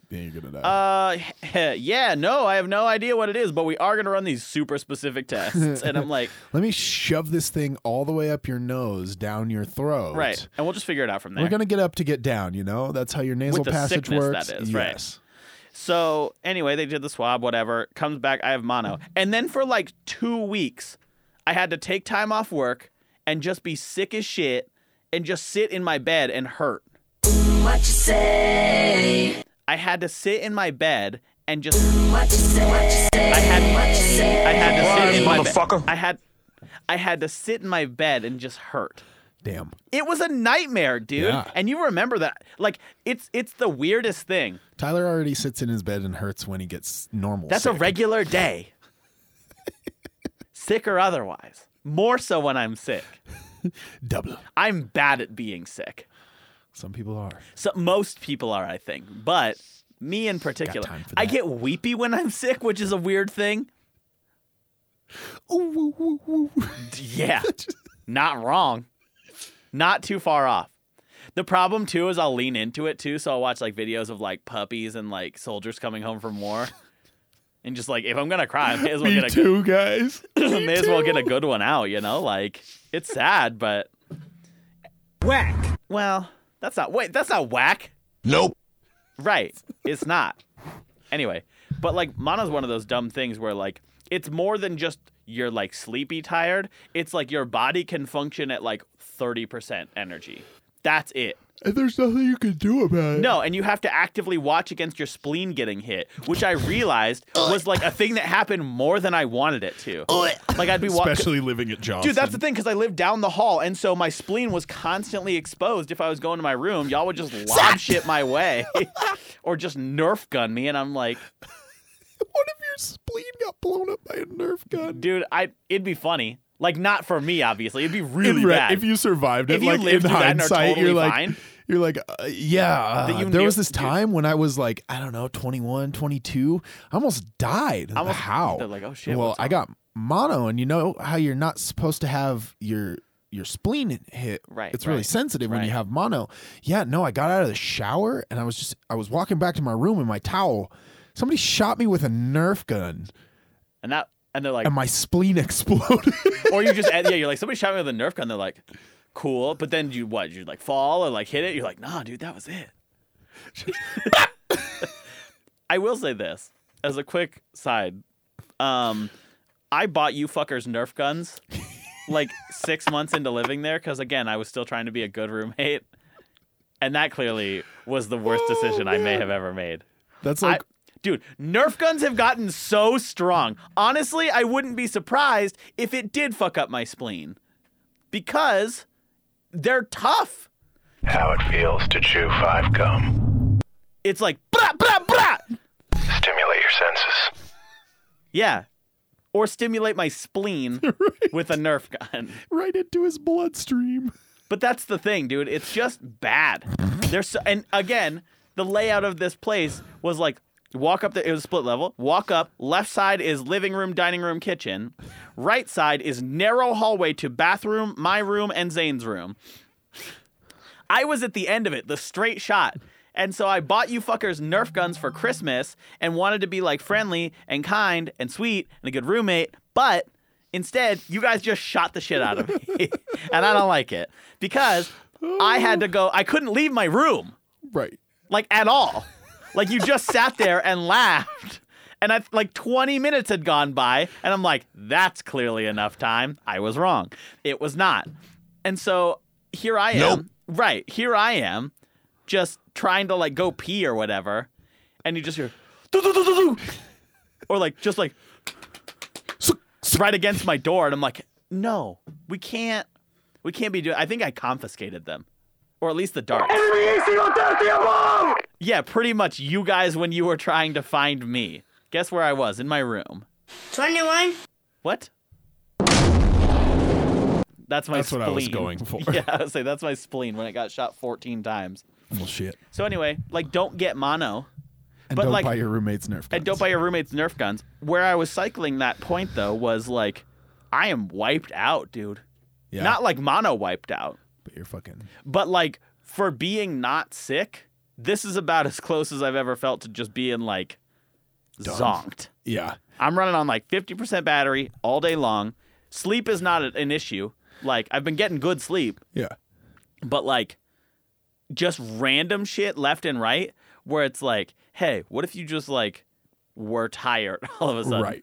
[SPEAKER 2] Then you're gonna die.
[SPEAKER 3] uh, yeah, no, I have no idea what it is, but we are gonna run these super specific tests. And I'm like,
[SPEAKER 2] Let me shove this thing all the way up your nose, down your throat.
[SPEAKER 3] right, and we'll just figure it out from there.
[SPEAKER 2] We're gonna get up to get down. You know, that's how your nasal
[SPEAKER 3] the
[SPEAKER 2] passage
[SPEAKER 3] sickness
[SPEAKER 2] works.
[SPEAKER 3] that is, right.
[SPEAKER 2] yes.
[SPEAKER 3] So anyway, they did the swab, whatever. Comes back, I have mono, and then for like two weeks, I had to take time off work and just be sick as shit and just sit in my bed and hurt.
[SPEAKER 6] What you say?
[SPEAKER 3] I had to sit in my bed and just
[SPEAKER 6] What you say? What you say?
[SPEAKER 3] I had what you
[SPEAKER 6] say?
[SPEAKER 3] I had to sit in my
[SPEAKER 5] motherfucker.
[SPEAKER 3] bed. I had I had to sit in my bed and just hurt.
[SPEAKER 2] Damn.
[SPEAKER 3] It was a nightmare, dude.
[SPEAKER 2] Yeah.
[SPEAKER 3] And you remember that. Like it's it's the weirdest thing.
[SPEAKER 2] Tyler already sits in his bed and hurts when he gets normal.
[SPEAKER 3] That's a
[SPEAKER 2] sick.
[SPEAKER 3] regular day. sick or otherwise. More so when I'm sick.
[SPEAKER 2] double.
[SPEAKER 3] I'm bad at being sick.
[SPEAKER 2] Some people are.
[SPEAKER 3] So most people are, I think, but me in particular.
[SPEAKER 2] time for
[SPEAKER 3] I
[SPEAKER 2] that.
[SPEAKER 3] get weepy when I'm sick, which is a weird thing.
[SPEAKER 2] Ooh, woo, woo, woo.
[SPEAKER 3] D- Yeah. Not wrong. Not too far off. The problem too is I'll lean into it too, so I'll watch like videos of like puppies and like soldiers coming home from war. And just like if I'm gonna cry, I may as well
[SPEAKER 2] Me
[SPEAKER 3] get a good
[SPEAKER 2] too, guys.
[SPEAKER 3] may as well get a good one out, you know? Like it's sad, but whack. Well, that's not wait, that's not whack.
[SPEAKER 5] Nope.
[SPEAKER 3] Right. It's not. Anyway, but like mono's one of those dumb things where like it's more than just you're like sleepy tired. It's like your body can function at like 30% energy. That's it.
[SPEAKER 2] And there's nothing you can do about it.
[SPEAKER 3] No, and you have to actively watch against your spleen getting hit, which I realized was like a thing that happened more than I wanted it to. Like I'd be walking
[SPEAKER 2] Especially living at Johnson.
[SPEAKER 3] Dude, that's the thing because I lived down the hall, and so my spleen was constantly exposed. If I was going to my room, y'all would just lob shit my way, or just Nerf gun me, and I'm like,
[SPEAKER 2] What if your spleen got blown up by a Nerf gun?
[SPEAKER 3] dude, I it'd be funny, like not for me, obviously, it'd be really
[SPEAKER 2] In re-
[SPEAKER 3] bad.
[SPEAKER 2] If you survived it,
[SPEAKER 3] If you
[SPEAKER 2] like
[SPEAKER 3] lived
[SPEAKER 2] in
[SPEAKER 3] through that and are
[SPEAKER 2] hindsight,
[SPEAKER 3] totally
[SPEAKER 2] you're like,
[SPEAKER 3] fine.
[SPEAKER 2] you're like, uh, yeah. uh,
[SPEAKER 3] That you
[SPEAKER 2] there
[SPEAKER 3] knew-
[SPEAKER 2] was this
[SPEAKER 3] dude.
[SPEAKER 2] time when I was like, I don't know, 21, 22. I almost died.
[SPEAKER 3] Almost-
[SPEAKER 2] how?
[SPEAKER 3] they're like, "Oh, shit,
[SPEAKER 2] Well,
[SPEAKER 3] what's
[SPEAKER 2] I
[SPEAKER 3] up?"
[SPEAKER 2] got mono, and you know how you're not supposed to have your your spleen hit.
[SPEAKER 3] Right,
[SPEAKER 2] It's really
[SPEAKER 3] right,
[SPEAKER 2] sensitive when you
[SPEAKER 3] right.
[SPEAKER 2] have mono. Yeah. No, I got out of the shower and I was just I was walking back to my room in my towel. Somebody shot me with a Nerf gun,
[SPEAKER 3] and that, and they're like,
[SPEAKER 2] and my spleen exploded.
[SPEAKER 3] or you just yeah, you're like somebody shot me with a Nerf gun. They're like, cool, but then you what? You like fall or like hit it? You're like, nah, dude, that was it. I will say this as a quick side. Um, I bought you fuckers Nerf guns like six months into living there because again, I was still trying to be a good roommate, and that clearly was the worst decision I may have ever made.
[SPEAKER 2] That's like
[SPEAKER 3] I- dude, Nerf guns have gotten so strong. Honestly, I wouldn't be surprised if it did fuck up my spleen because they're tough.
[SPEAKER 5] How it feels to chew five gum.
[SPEAKER 3] It's like blah blah blah.
[SPEAKER 5] Stimulate your senses.
[SPEAKER 3] Yeah, or stimulate my spleen with a Nerf gun.
[SPEAKER 2] right into his bloodstream.
[SPEAKER 3] But that's the thing, dude. It's just bad. There's so, and again, the layout of this place was like walk up the it was split level. Walk up, left side is living room, dining room, kitchen. Right side is narrow hallway to bathroom, my room and Zane's room. I was at the end of it, the straight shot. And so I bought you fuckers Nerf guns for Christmas and wanted to be like friendly and kind and sweet and a good roommate, but instead you guys just shot the shit out of me. and I don't like it because I had to go. I couldn't leave my room
[SPEAKER 2] Right.
[SPEAKER 3] like at all. Like you just sat there and laughed. And I like 20 minutes had gone by and I'm like, that's clearly enough time. I was wrong. It was not. And so here I am. Right, here I am just trying to like go pee or whatever. And you just hear "Doo, doo, doo, doo, doo," or like just like right against my door and I'm like, "No, we can't we can't be doing I think I confiscated them. Or at least the darts. Yeah, pretty much you guys when you were trying to find me. Guess where I was? In my room.
[SPEAKER 7] 21.
[SPEAKER 3] What? That's my
[SPEAKER 2] That's
[SPEAKER 3] spleen.
[SPEAKER 2] what I was going for.
[SPEAKER 3] Yeah, I was say that's my spleen when it got shot 14 times.
[SPEAKER 2] Well, shit.
[SPEAKER 3] So anyway, like don't get mono
[SPEAKER 2] And
[SPEAKER 3] But,
[SPEAKER 2] don't
[SPEAKER 3] like-
[SPEAKER 2] buy your roommate's Nerf guns.
[SPEAKER 3] and don't buy your roommate's Nerf guns. Where I was cycling that point though was like I am wiped out, dude.
[SPEAKER 2] Yeah.
[SPEAKER 3] Not like mono wiped out,
[SPEAKER 2] But you're fucking.
[SPEAKER 3] but like for being not sick, this is about as close as I've ever felt to just being like zonked.
[SPEAKER 2] Yeah.
[SPEAKER 3] I'm running on like 50% battery all day long. Sleep is not an issue. Like I've been getting good sleep,
[SPEAKER 2] Yeah.
[SPEAKER 3] but like just random shit left and right where it's like, hey, what if you just like were tired all of a sudden?
[SPEAKER 2] Right.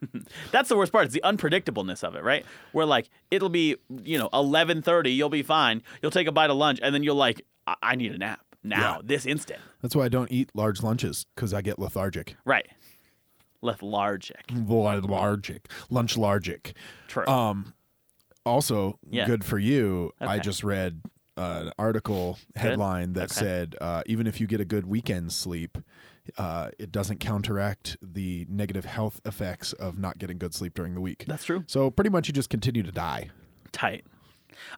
[SPEAKER 3] That's the worst part. It's the unpredictableness of it, right? Where like it'll be, you know, 11:30, you'll be fine. You'll take a bite of lunch and then you'll like I, I need a nap now,
[SPEAKER 2] Yeah.
[SPEAKER 3] this instant.
[SPEAKER 2] That's why I don't eat large lunches because I get lethargic.
[SPEAKER 3] Right. Lethargic.
[SPEAKER 2] Largic. Lunch largic.
[SPEAKER 3] True.
[SPEAKER 2] Also,
[SPEAKER 3] Yeah.
[SPEAKER 2] good for you. I
[SPEAKER 3] Okay.
[SPEAKER 2] just read uh, an article headline that
[SPEAKER 3] Okay.
[SPEAKER 2] said uh, even if you get a good weekend sleep, uh, it doesn't counteract the negative health effects of not getting good sleep during the week.
[SPEAKER 3] That's true.
[SPEAKER 2] So pretty much you just continue to die.
[SPEAKER 3] tight.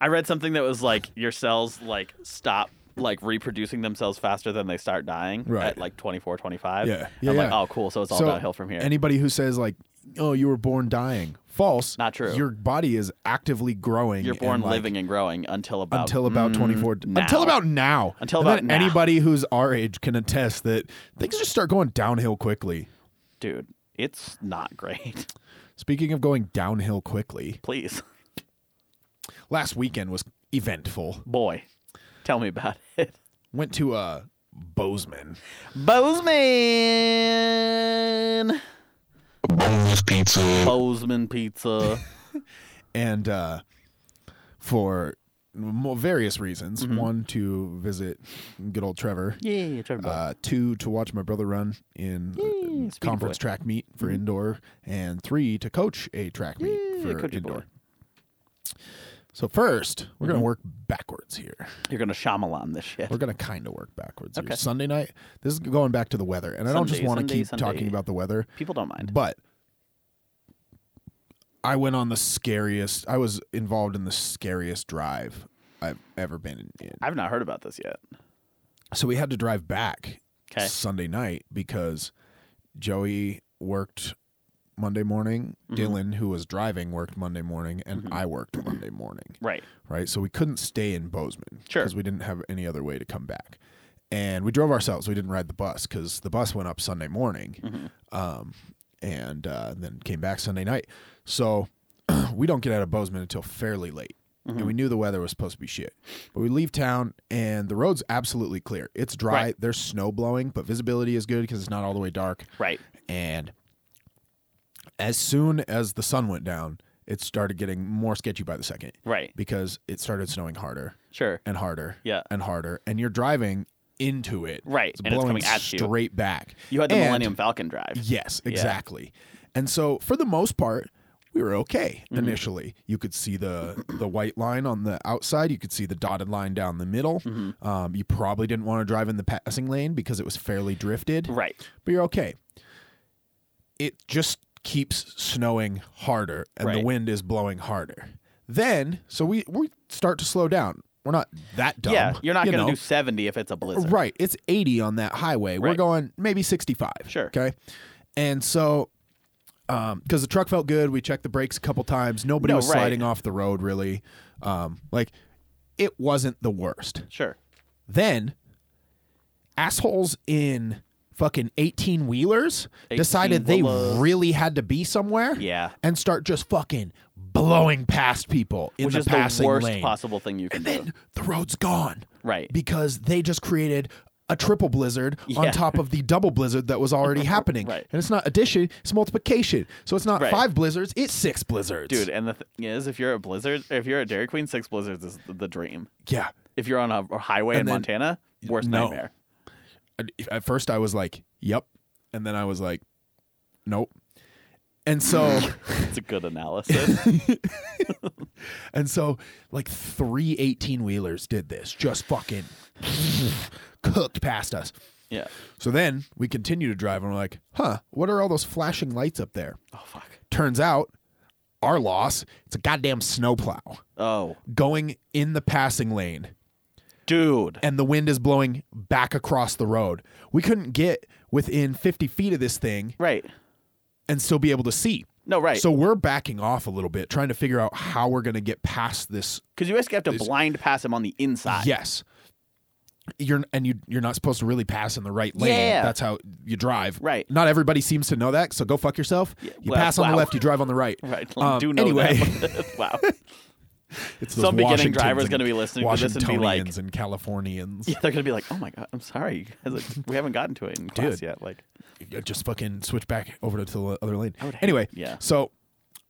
[SPEAKER 3] I read something that was like your cells like stop like reproducing themselves faster than they start dying
[SPEAKER 2] Right.
[SPEAKER 3] at like 24, 25.
[SPEAKER 2] Yeah. Yeah,
[SPEAKER 3] I'm like,
[SPEAKER 2] yeah.
[SPEAKER 3] oh, cool. So it's all
[SPEAKER 2] so
[SPEAKER 3] downhill from here.
[SPEAKER 2] Anybody who says like, "Oh, you were born dying," false.
[SPEAKER 3] Not true.
[SPEAKER 2] Your body is actively growing.
[SPEAKER 3] You're born
[SPEAKER 2] and, like,
[SPEAKER 3] living and growing until about mm,
[SPEAKER 2] until about 24 until about now
[SPEAKER 3] Until
[SPEAKER 2] And
[SPEAKER 3] about
[SPEAKER 2] then
[SPEAKER 3] now.
[SPEAKER 2] anybody who's our age can attest that things just start going downhill quickly
[SPEAKER 3] dude. It's not great.
[SPEAKER 2] speaking of going downhill quickly
[SPEAKER 3] Please,
[SPEAKER 2] last weekend was eventful
[SPEAKER 3] boy, tell me about it.
[SPEAKER 2] went to uh bozeman
[SPEAKER 3] Bozeman. Bozeman pizza.
[SPEAKER 2] and uh for mo- various reasons one to visit good old trevor
[SPEAKER 3] Mm-hmm. Yeah, Trevor. Boy.
[SPEAKER 2] uh, two to watch my brother run in uh,
[SPEAKER 3] speedy
[SPEAKER 2] conference
[SPEAKER 3] boy. Mm-hmm.
[SPEAKER 2] track meet for indoor, and three to coach a track meet for
[SPEAKER 3] coachy boy. Mm-hmm.
[SPEAKER 2] indoor. So 1st we we're gonna work backwards here.
[SPEAKER 3] You're gonna Shyamalan this shit.
[SPEAKER 2] Uh, We're gonna kind of work backwards. Here.
[SPEAKER 3] Okay.
[SPEAKER 2] Sunday night. This is going back to the weather, and I don't just
[SPEAKER 3] Sunday,
[SPEAKER 2] want to
[SPEAKER 3] Sunday,
[SPEAKER 2] keep
[SPEAKER 3] Sunday.
[SPEAKER 2] talking about the weather,
[SPEAKER 3] People don't mind.
[SPEAKER 2] but I went on the scariest. I was involved in the scariest drive I've ever been in.
[SPEAKER 3] I've not heard about this yet.
[SPEAKER 2] So we had to drive back
[SPEAKER 3] 'Kay.
[SPEAKER 2] Sunday night because Joey worked Monday morning,
[SPEAKER 3] Mm-hmm.
[SPEAKER 2] Dylan, who was driving, worked Monday morning, and I worked Monday morning.
[SPEAKER 3] Right.
[SPEAKER 2] Right. So we couldn't stay in Bozeman
[SPEAKER 3] Sure.
[SPEAKER 2] because we didn't have any other way to come back. And we drove ourselves. We didn't ride the bus because the bus went up Sunday morning
[SPEAKER 3] Mm-hmm.
[SPEAKER 2] um, and uh, then came back Sunday night. So we don't get out of Bozeman until fairly late.
[SPEAKER 3] Mm-hmm.
[SPEAKER 2] And we knew the weather was supposed to be shit. But we leave town and the road's absolutely clear. It's dry.
[SPEAKER 3] Right.
[SPEAKER 2] There's snow blowing, but visibility is good because it's not all the way dark.
[SPEAKER 3] Right.
[SPEAKER 2] And as soon as the sun went down, it started getting more sketchy by the second
[SPEAKER 3] Right.
[SPEAKER 2] because it started snowing harder
[SPEAKER 3] Sure.
[SPEAKER 2] and harder
[SPEAKER 3] Yeah.
[SPEAKER 2] and harder and you're driving into it
[SPEAKER 3] Right,
[SPEAKER 2] it's
[SPEAKER 3] and it's
[SPEAKER 2] blowing
[SPEAKER 3] coming at you.
[SPEAKER 2] straight back
[SPEAKER 3] You had the
[SPEAKER 2] And-
[SPEAKER 3] Millennium Falcon drive.
[SPEAKER 2] yes exactly and so for the most part we were okay
[SPEAKER 3] Mm-hmm.
[SPEAKER 2] initially you could see the the white line on the outside you could see the dotted line down the middle
[SPEAKER 3] Mm-hmm.
[SPEAKER 2] um, you probably didn't want to drive in the passing lane because it was fairly drifted
[SPEAKER 3] Right.
[SPEAKER 2] but you're okay. It just keeps snowing harder and the
[SPEAKER 3] Right.
[SPEAKER 2] wind is blowing harder. Then, so we, we start to slow down. We're not that dumb.
[SPEAKER 3] Yeah, you're not
[SPEAKER 2] you
[SPEAKER 3] going
[SPEAKER 2] know?
[SPEAKER 3] to do 70 if it's a blizzard.
[SPEAKER 2] Right. It's 80 on that highway. We're
[SPEAKER 3] Right.
[SPEAKER 2] going maybe 65.
[SPEAKER 3] Sure.
[SPEAKER 2] Okay. And so, because the truck felt good, we checked the brakes a couple times. Nobody
[SPEAKER 3] No,
[SPEAKER 2] was
[SPEAKER 3] right.
[SPEAKER 2] sliding off the road, really. Um, like, it wasn't the worst.
[SPEAKER 3] Sure.
[SPEAKER 2] Then assholes in fucking 18 wheelers decided they
[SPEAKER 3] wheelers.
[SPEAKER 2] really had to be somewhere
[SPEAKER 3] Yeah.
[SPEAKER 2] and start just fucking blowing past people in
[SPEAKER 3] which
[SPEAKER 2] the
[SPEAKER 3] is the
[SPEAKER 2] passing
[SPEAKER 3] worst
[SPEAKER 2] lane.
[SPEAKER 3] possible thing you can
[SPEAKER 2] and
[SPEAKER 3] do.
[SPEAKER 2] then the road's gone.
[SPEAKER 3] Right.
[SPEAKER 2] Because they just created a triple blizzard
[SPEAKER 3] Yeah.
[SPEAKER 2] on top of the double blizzard that was already happening.
[SPEAKER 3] Right.
[SPEAKER 2] And it's not addition, it's multiplication. So it's not
[SPEAKER 3] Right.
[SPEAKER 2] five blizzards, it's six blizzards.
[SPEAKER 3] Dude, and the thing is, if you're a Blizzard, if you're a Dairy Queen, six Blizzards is the dream.
[SPEAKER 2] Yeah.
[SPEAKER 3] If you're on a a highway in
[SPEAKER 2] then-
[SPEAKER 3] Montana, worst
[SPEAKER 2] no.
[SPEAKER 3] nightmare.
[SPEAKER 2] And if- At first I was like, yep. And then I was like, nope. And so
[SPEAKER 3] It's a good analysis.
[SPEAKER 2] and so like three 18 wheelers did this, just fucking cooked past us.
[SPEAKER 3] yeah.
[SPEAKER 2] So then we continue to drive and we're like, huh, what are all those flashing lights up there?
[SPEAKER 3] Oh fuck.
[SPEAKER 2] Turns out our loss, it's a goddamn snowplow
[SPEAKER 3] Oh,
[SPEAKER 2] going in the passing lane
[SPEAKER 3] dude.
[SPEAKER 2] and the wind is blowing back across the road. We couldn't get within 50 feet of this thing
[SPEAKER 3] Right.
[SPEAKER 2] and still be able to see.
[SPEAKER 3] No, right.
[SPEAKER 2] So we're backing off a little bit, trying to figure out how we're going to get past this.
[SPEAKER 3] because you basically have to blind pass him on the inside.
[SPEAKER 2] yes. You're and you you're not supposed to really pass in the right lane.
[SPEAKER 3] Yeah.
[SPEAKER 2] That's how you drive.
[SPEAKER 3] Right.
[SPEAKER 2] Not everybody seems to know that, so go fuck yourself. you
[SPEAKER 3] well,
[SPEAKER 2] pass on the
[SPEAKER 3] wow.
[SPEAKER 2] left, you drive on the right.
[SPEAKER 3] Right.
[SPEAKER 2] Um,
[SPEAKER 3] do know
[SPEAKER 2] anyway,
[SPEAKER 3] that. wow.
[SPEAKER 2] it's those
[SPEAKER 3] Some beginning
[SPEAKER 2] Washingtons
[SPEAKER 3] driver's
[SPEAKER 2] and
[SPEAKER 3] going to be listening to this and be like,
[SPEAKER 2] Washingtonians and Californians.
[SPEAKER 3] yeah, they're going to be like, oh my God, I'm sorry. you guys, like, we haven't gotten to it in class
[SPEAKER 2] Dude.
[SPEAKER 3] yet. Like,
[SPEAKER 2] Yeah, uh, just fucking switch back over to the other lane.
[SPEAKER 3] would hate-
[SPEAKER 2] Anyway,
[SPEAKER 3] yeah.
[SPEAKER 2] So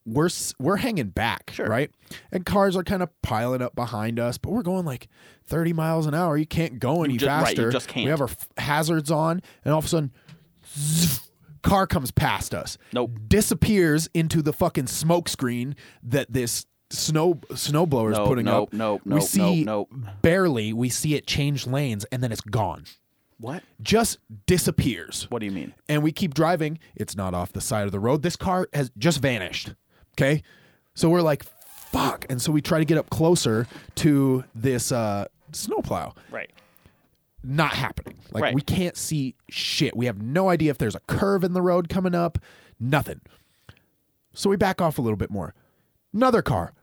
[SPEAKER 2] we're s- we're hanging back,
[SPEAKER 3] Sure.
[SPEAKER 2] right? And cars are kind of piling up behind us, but we're going like 30 miles an hour. You can't go any
[SPEAKER 3] ju- right, you
[SPEAKER 2] faster.
[SPEAKER 3] just can't.
[SPEAKER 2] We have our f- hazards on, and all of a sudden, zzz, car comes past us.
[SPEAKER 3] Nope.
[SPEAKER 2] Disappears into the fucking smoke screen that this snow snowblower is
[SPEAKER 3] Nope,
[SPEAKER 2] putting
[SPEAKER 3] nope,
[SPEAKER 2] up.
[SPEAKER 3] nope,
[SPEAKER 2] we
[SPEAKER 3] nope,
[SPEAKER 2] see
[SPEAKER 3] nope,
[SPEAKER 2] barely. We see it change lanes, and then it's gone.
[SPEAKER 3] what?
[SPEAKER 2] Just disappears
[SPEAKER 3] What do you mean?
[SPEAKER 2] and we keep driving. It's not off the side of the road. This car has just vanished. Okay. So we're like, fuck. And so we try to get up closer to this uh, snowplow.
[SPEAKER 3] Right.
[SPEAKER 2] Not happening. Like
[SPEAKER 3] Right.
[SPEAKER 2] we can't see shit. We have no idea if there's a curve in the road coming up. Nothing. So we back off a little bit more. Another car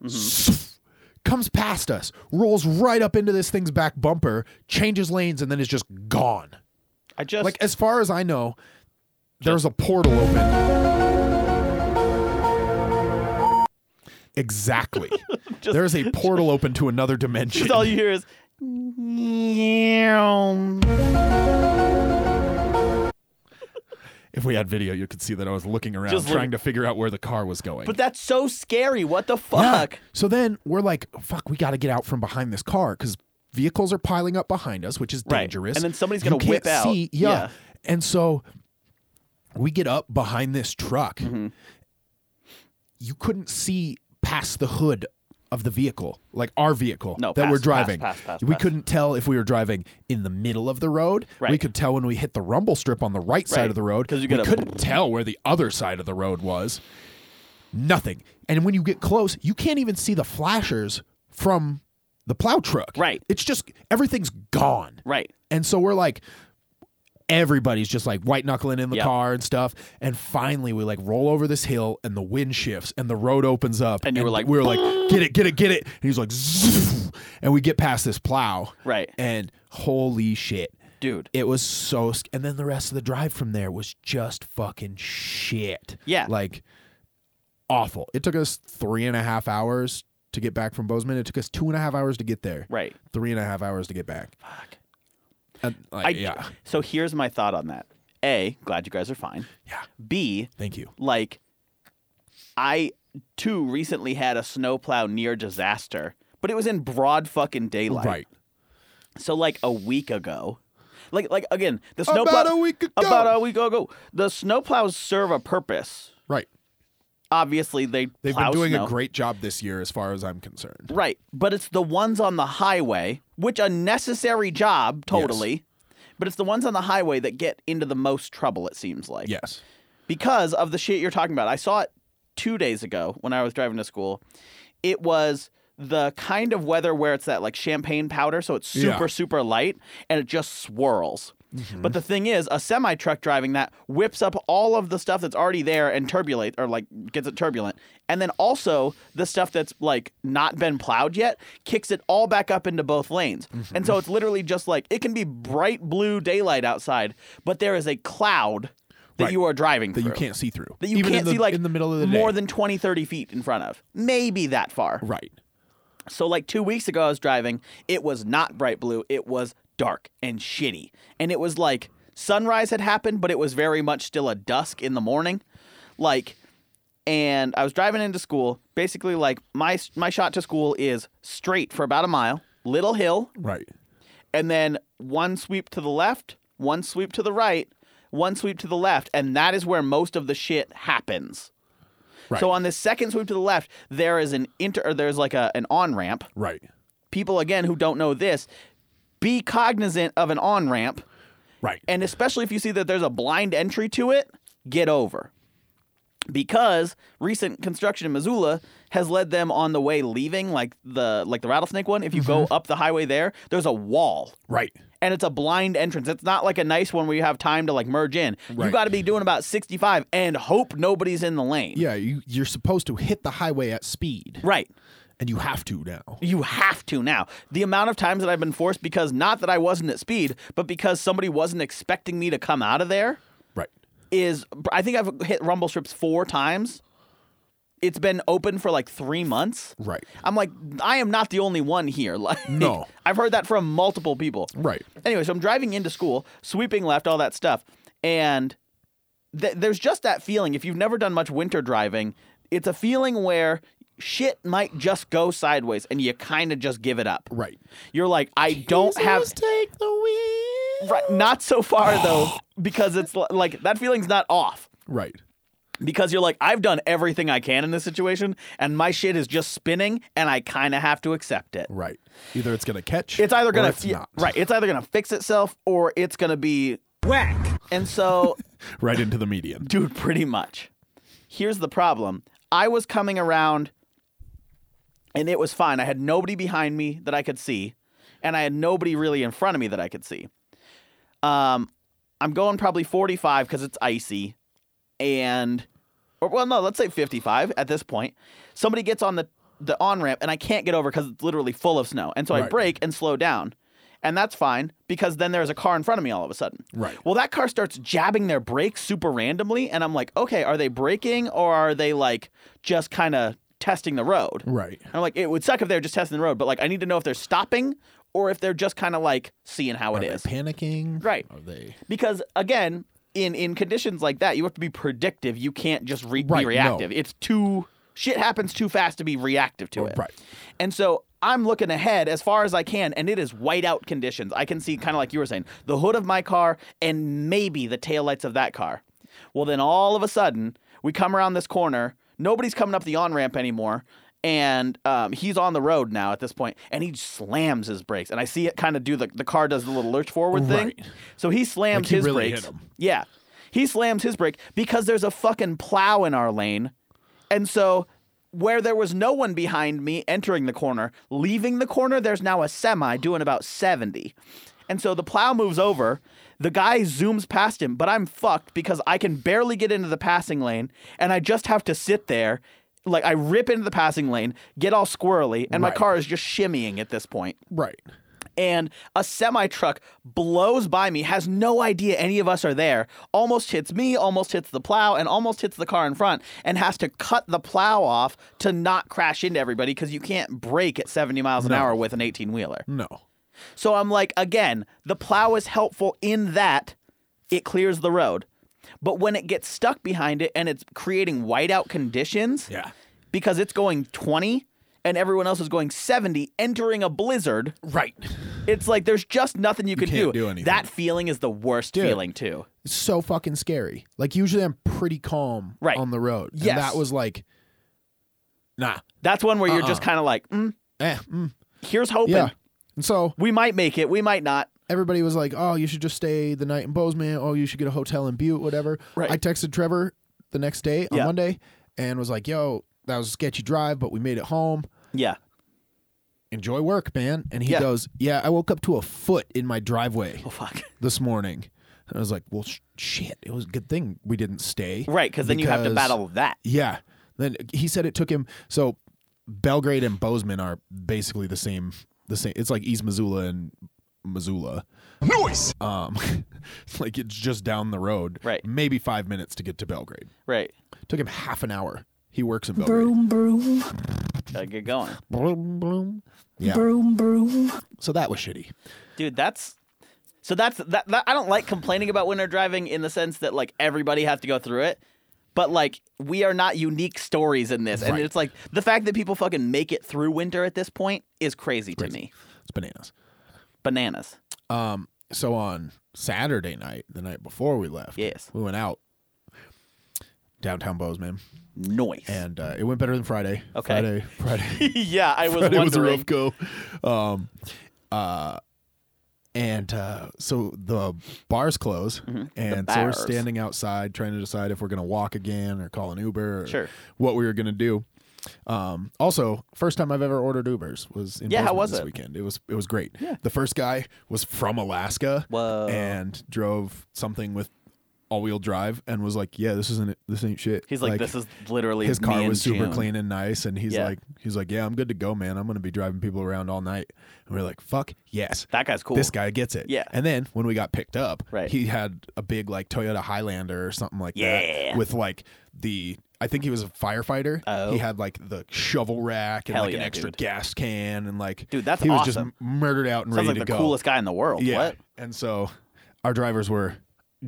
[SPEAKER 2] comes past us, rolls right up into this thing's back bumper, changes lanes, and then is just gone.
[SPEAKER 3] I just.
[SPEAKER 2] Like as far as I know, there's a portal open. Exactly. there's a portal open to another dimension.
[SPEAKER 3] Because all you hear is. Yeah.
[SPEAKER 2] if we had video, you could see that I was looking around
[SPEAKER 3] Just look-
[SPEAKER 2] trying to figure out where the car was going.
[SPEAKER 3] But that's so scary. What the
[SPEAKER 2] Yeah.
[SPEAKER 3] fuck?
[SPEAKER 2] So then we're like, fuck, we got to get out from behind this car because vehicles are piling up behind us, which is
[SPEAKER 3] Right.
[SPEAKER 2] dangerous.
[SPEAKER 3] And then somebody's
[SPEAKER 2] You
[SPEAKER 3] gonna
[SPEAKER 2] can't
[SPEAKER 3] whip out.
[SPEAKER 2] see- Yeah.
[SPEAKER 3] Yeah.
[SPEAKER 2] And so we get up behind this truck.
[SPEAKER 3] Mm-hmm.
[SPEAKER 2] You couldn't see past the hood of the vehicle, like our vehicle
[SPEAKER 3] No,
[SPEAKER 2] that
[SPEAKER 3] past,
[SPEAKER 2] we're
[SPEAKER 3] past,
[SPEAKER 2] driving.
[SPEAKER 3] past, past,
[SPEAKER 2] we
[SPEAKER 3] past.
[SPEAKER 2] couldn't tell if we were driving in the middle of the road. We
[SPEAKER 3] Right.
[SPEAKER 2] could tell when we hit the rumble strip on the right, side
[SPEAKER 3] Right.
[SPEAKER 2] of the road.
[SPEAKER 3] 'Cause you
[SPEAKER 2] we
[SPEAKER 3] get a-
[SPEAKER 2] couldn't tell where the other side of the road was nothing. And when you get close, you can't even see the flashers from the plow truck.
[SPEAKER 3] Right.
[SPEAKER 2] It's just everything's gone.
[SPEAKER 3] Right.
[SPEAKER 2] And so we're like, everybody's just like white knuckling in the
[SPEAKER 3] Yep.
[SPEAKER 2] car and stuff. And finally, we like roll over this hill, and the wind shifts, and the road opens up.
[SPEAKER 3] And you were like,
[SPEAKER 2] we were like, get it, get it, get it. And he's like, Zoof. and we get past this plow.
[SPEAKER 3] Right.
[SPEAKER 2] And holy shit.
[SPEAKER 3] Dude.
[SPEAKER 2] It was so, sc- and then the rest of the drive from there was just fucking shit.
[SPEAKER 3] Yeah.
[SPEAKER 2] like awful. It took us three and a half hours to get back from Bozeman. It took us two and a half hours to get there.
[SPEAKER 3] Right.
[SPEAKER 2] Three and a half hours to get back.
[SPEAKER 3] Fuck.
[SPEAKER 2] And, like,
[SPEAKER 3] I,
[SPEAKER 2] Uh, yeah,
[SPEAKER 3] So here's my thought on that. A, glad you guys are fine.
[SPEAKER 2] yeah.
[SPEAKER 3] B,
[SPEAKER 2] Thank you.
[SPEAKER 3] like I too recently had a snowplow near disaster, but it was in broad fucking daylight.
[SPEAKER 2] right.
[SPEAKER 3] So like a week ago. Like like again, the snowplow
[SPEAKER 2] About a week ago.
[SPEAKER 3] About a week ago. The snowplows serve a purpose.
[SPEAKER 2] Right.
[SPEAKER 3] Obviously they
[SPEAKER 2] They've
[SPEAKER 3] plow
[SPEAKER 2] been doing
[SPEAKER 3] snow.
[SPEAKER 2] a great job this year, as far as I'm concerned.
[SPEAKER 3] Right, but it's the ones on the highway, which a necessary job totally. But it's the ones on the highway that get into the most trouble it seems like.
[SPEAKER 2] Yes.
[SPEAKER 3] because of the shit you're talking about. I saw it two days ago when I was driving to school. It was the kind of weather where it's that like champagne powder, so it's super,
[SPEAKER 2] Yeah.
[SPEAKER 3] super light and it just swirls.
[SPEAKER 2] Mm-hmm.
[SPEAKER 3] But the thing is, a semi truck driving that whips up all of the stuff that's already there and turbulate or like gets it turbulent. And then also the stuff that's like not been plowed yet kicks it all back up into both lanes.
[SPEAKER 2] Mm-hmm.
[SPEAKER 3] And so it's literally just like it can be bright blue daylight outside, but there is a cloud that
[SPEAKER 2] Right.
[SPEAKER 3] you are driving
[SPEAKER 2] that you
[SPEAKER 3] through.
[SPEAKER 2] can't see through.
[SPEAKER 3] that you
[SPEAKER 2] Even
[SPEAKER 3] can't
[SPEAKER 2] in the,
[SPEAKER 3] see like
[SPEAKER 2] in the middle of the
[SPEAKER 3] more
[SPEAKER 2] day.
[SPEAKER 3] than 20 30 feet in front of maybe that far
[SPEAKER 2] right.
[SPEAKER 3] so like two weeks ago i was driving it was not bright blue it was dark and shitty and it was like sunrise had happened but it was very much still a dusk in the morning like and i was driving into school basically like my my shot to school is straight for about a mile little hill
[SPEAKER 2] Right.
[SPEAKER 3] and then one sweep to the left, one sweep to the right, one sweep to the left, and that is where most of the shit happens.
[SPEAKER 2] Right.
[SPEAKER 3] So on this second sweep to the left, there is an inter or there's like a an on ramp.
[SPEAKER 2] Right.
[SPEAKER 3] People again who don't know this, be cognizant of an on ramp,
[SPEAKER 2] Right.
[SPEAKER 3] and especially if you see that there's a blind entry to it, get over. Because recent construction in Missoula has led them on the way leaving, like the like the rattlesnake one. If you
[SPEAKER 2] Mm-hmm.
[SPEAKER 3] go up the highway there, there's a wall
[SPEAKER 2] right.
[SPEAKER 3] and it's a blind entrance. It's not like a nice one where you have time to like merge in. You
[SPEAKER 2] Right.
[SPEAKER 3] got to be doing about 65 and hope nobody's in the lane.
[SPEAKER 2] Yeah, you you're supposed to hit the highway at speed,
[SPEAKER 3] Right.
[SPEAKER 2] and you have to now.
[SPEAKER 3] You have to now. The amount of times that I've been forced because not that I wasn't at speed, but because somebody wasn't expecting me to come out of there
[SPEAKER 2] Right.
[SPEAKER 3] is I think I've hit rumble strips 4 times. It's been open for like 3 months.
[SPEAKER 2] Right.
[SPEAKER 3] I'm like I am not the only one here. Like
[SPEAKER 2] No.
[SPEAKER 3] I've heard that from multiple people.
[SPEAKER 2] Right.
[SPEAKER 3] Anyway, so I'm driving into school, sweeping left, all that stuff, and th- there's just that feeling. If you've never done much winter driving, it's a feeling where shit might just go sideways, and you kind of just give it up.
[SPEAKER 2] Right.
[SPEAKER 3] You're like, I don't have.
[SPEAKER 2] take the wheel.
[SPEAKER 3] Right, not so far though, because it's li- like that feeling's not off.
[SPEAKER 2] Right.
[SPEAKER 3] Because you're like, I've done everything I can in this situation, and my shit is just spinning, and I kind of have to accept it.
[SPEAKER 2] Right. Either it's gonna catch.
[SPEAKER 3] It's either
[SPEAKER 2] or
[SPEAKER 3] gonna
[SPEAKER 2] it's
[SPEAKER 3] yeah,
[SPEAKER 2] not.
[SPEAKER 3] right. It's either gonna fix itself or it's gonna be whack. And so,
[SPEAKER 2] Right into the median.
[SPEAKER 3] dude, pretty much. Here's the problem. I was coming around, and it was fine. I had nobody behind me that I could see, and I had nobody really in front of me that I could see. Um, I'm going probably 45 because it's icy, and or well, no, let's say 55 at this point. Somebody gets on the the on ramp, and I can't get over because it's literally full of snow, and so I
[SPEAKER 2] Right.
[SPEAKER 3] brake and slow down. And that's fine because then there's a car in front of me all of a sudden.
[SPEAKER 2] Right.
[SPEAKER 3] Well, that car starts jabbing their brakes super randomly. And I'm like, okay, are they braking or are they like just kind of testing the road?
[SPEAKER 2] Right.
[SPEAKER 3] And I'm like, it would suck if they're just testing the road, but like, I need to know if they're stopping or if they're just kind of like seeing how it
[SPEAKER 2] Are
[SPEAKER 3] is.
[SPEAKER 2] they panicking?
[SPEAKER 3] Right.
[SPEAKER 2] Are they?
[SPEAKER 3] Because again, in in conditions like that, you have to be predictive. You can't just re-
[SPEAKER 2] Right,
[SPEAKER 3] be
[SPEAKER 2] no.
[SPEAKER 3] reactive. It's too shit happens too fast to be reactive to it.
[SPEAKER 2] Right.
[SPEAKER 3] And so I'm looking ahead as far as I can, and it is whiteout conditions. I can see kind of like you were saying, the hood of my car and maybe the taillights of that car. Well, then all of a sudden, we come around this corner. Nobody's coming up the on ramp anymore. And um, he's on the road now at this point, and he slams his brakes. And I see it kind of do the, the car does the little lurch forward thing.
[SPEAKER 2] Right.
[SPEAKER 3] So he slams
[SPEAKER 2] Like, he
[SPEAKER 3] his
[SPEAKER 2] really
[SPEAKER 3] brakes.
[SPEAKER 2] hit him.
[SPEAKER 3] Yeah. He slams his brake because there's a fucking plow in our lane. And so where there was no one behind me entering the corner, leaving the corner, there's now a semi doing about 70. And so the plow moves over. The guy zooms past him, but I'm fucked because I can barely get into the passing lane and I just have to sit there. Like I rip into the passing lane, get all squirrely, and my
[SPEAKER 2] Right.
[SPEAKER 3] car is just shimmying at this point
[SPEAKER 2] Right.
[SPEAKER 3] and a semi truck blows by me, has no idea any of us are there, almost hits me, almost hits the plow, and almost hits the car in front, and has to cut the plow off to not crash into everybody because you can't brake at 70 miles an hour with an 18 wheeler.
[SPEAKER 2] No.
[SPEAKER 3] So I'm like, again, the plow is helpful in that it clears the road. But when it gets stuck behind it and it's creating whiteout conditions,
[SPEAKER 2] Yeah.
[SPEAKER 3] because it's going 20 and everyone else is going 70, entering a blizzard.
[SPEAKER 2] Right.
[SPEAKER 3] It's like there's just nothing you can
[SPEAKER 2] can't
[SPEAKER 3] do.
[SPEAKER 2] do anything.
[SPEAKER 3] That feeling is the worst feeling too.
[SPEAKER 2] It's so fucking scary. Like usually I'm pretty calm
[SPEAKER 3] Right.
[SPEAKER 2] on the road. And
[SPEAKER 3] Yes.
[SPEAKER 2] that was like nah.
[SPEAKER 3] That's one where you're just kind of like, mm,
[SPEAKER 2] Eh, mm,
[SPEAKER 3] here's hoping
[SPEAKER 2] Uh-uh. yeah. And so
[SPEAKER 3] we might make it, we might not.
[SPEAKER 2] everybody was like, "Oh, you should just stay the night in Bozeman. Oh, you should get a hotel in Butte, whatever."
[SPEAKER 3] Right.
[SPEAKER 2] I texted Trevor the next day on
[SPEAKER 3] Yeah.
[SPEAKER 2] Monday and was like, "Yo, that was a sketchy drive, but we made it home.
[SPEAKER 3] Yeah,
[SPEAKER 2] Enjoy work, man." And he
[SPEAKER 3] Yeah.
[SPEAKER 2] goes, "Yeah, I woke up to a foot in my driveway
[SPEAKER 3] oh, fuck.
[SPEAKER 2] this morning." And I was like, "Well, sh- shit, it was a good thing we didn't stay."
[SPEAKER 3] Right, because then you have to
[SPEAKER 2] Because-
[SPEAKER 3] battle that.
[SPEAKER 2] Yeah. Then he said it took him so Belgrade and Bozeman are basically the same the same it's like East Missoula and Missoula. Nice. Um, like it's just down the road.
[SPEAKER 3] Right.
[SPEAKER 2] Maybe five minutes to get to Belgrade.
[SPEAKER 3] Right.
[SPEAKER 2] Took him half an hour. He works in Belgrade.
[SPEAKER 6] Broom, broom,
[SPEAKER 3] Gotta get going.
[SPEAKER 2] Bloom, bloom. Yeah.
[SPEAKER 6] broom, broom.
[SPEAKER 2] So that was shitty.
[SPEAKER 3] Dude, that's so that's that, that I don't like complaining about winter driving in the sense that like everybody has to go through it. But like we are not unique stories in this. And
[SPEAKER 2] Right.
[SPEAKER 3] it's like the fact that people fucking make it through winter at this point is crazy, to me.
[SPEAKER 2] It's bananas.
[SPEAKER 3] Bananas.
[SPEAKER 2] Um, so on Saturday night, the night before we left,
[SPEAKER 3] Yes.
[SPEAKER 2] we went out downtown Bozeman,
[SPEAKER 3] Noise.
[SPEAKER 2] and uh, it went better than Friday.
[SPEAKER 3] Okay.
[SPEAKER 2] Friday, Friday,
[SPEAKER 3] yeah, I was
[SPEAKER 2] Friday
[SPEAKER 3] wondering.
[SPEAKER 2] was a rough go. Um, uh, and uh, so the bars close, and so we're
[SPEAKER 3] Mm-hmm. bars.
[SPEAKER 2] standing outside trying to decide if we're gonna walk again or call an Uber, or
[SPEAKER 3] Sure.
[SPEAKER 2] what we were gonna do. Um, also, first time I've ever ordered Ubers was in
[SPEAKER 3] Yeah, how
[SPEAKER 2] Bozeman
[SPEAKER 3] was
[SPEAKER 2] this
[SPEAKER 3] it?
[SPEAKER 2] weekend. It was it was great. The first guy was from Alaska
[SPEAKER 3] Whoa.
[SPEAKER 2] and drove something with all wheel drive and was like, "Yeah, this isn't this ain't shit."
[SPEAKER 3] He's like, this is literally
[SPEAKER 2] his
[SPEAKER 3] me
[SPEAKER 2] car
[SPEAKER 3] in
[SPEAKER 2] was super
[SPEAKER 3] June."
[SPEAKER 2] clean and nice and he's
[SPEAKER 3] Yeah.
[SPEAKER 2] like he's like yeah i'm good to go man i'm gonna be driving people around all night and we're like fuck yes
[SPEAKER 3] That guy's cool.
[SPEAKER 2] this guy gets it
[SPEAKER 3] Yeah.
[SPEAKER 2] and then when we got picked up
[SPEAKER 3] Right.
[SPEAKER 2] he had a big like toyota highlander or something like
[SPEAKER 3] Yeah.
[SPEAKER 2] that with like the I think he was a firefighter.
[SPEAKER 3] Oh.
[SPEAKER 2] He had like the shovel rack and
[SPEAKER 3] Hell
[SPEAKER 2] like an
[SPEAKER 3] yeah,
[SPEAKER 2] extra
[SPEAKER 3] dude.
[SPEAKER 2] gas can and like
[SPEAKER 3] Dude, that's
[SPEAKER 2] he was
[SPEAKER 3] awesome.
[SPEAKER 2] just murdered out and
[SPEAKER 3] Sounds like
[SPEAKER 2] ready
[SPEAKER 3] the
[SPEAKER 2] to go.
[SPEAKER 3] coolest guy in the world.
[SPEAKER 2] yeah.
[SPEAKER 3] What?
[SPEAKER 2] And so our drivers were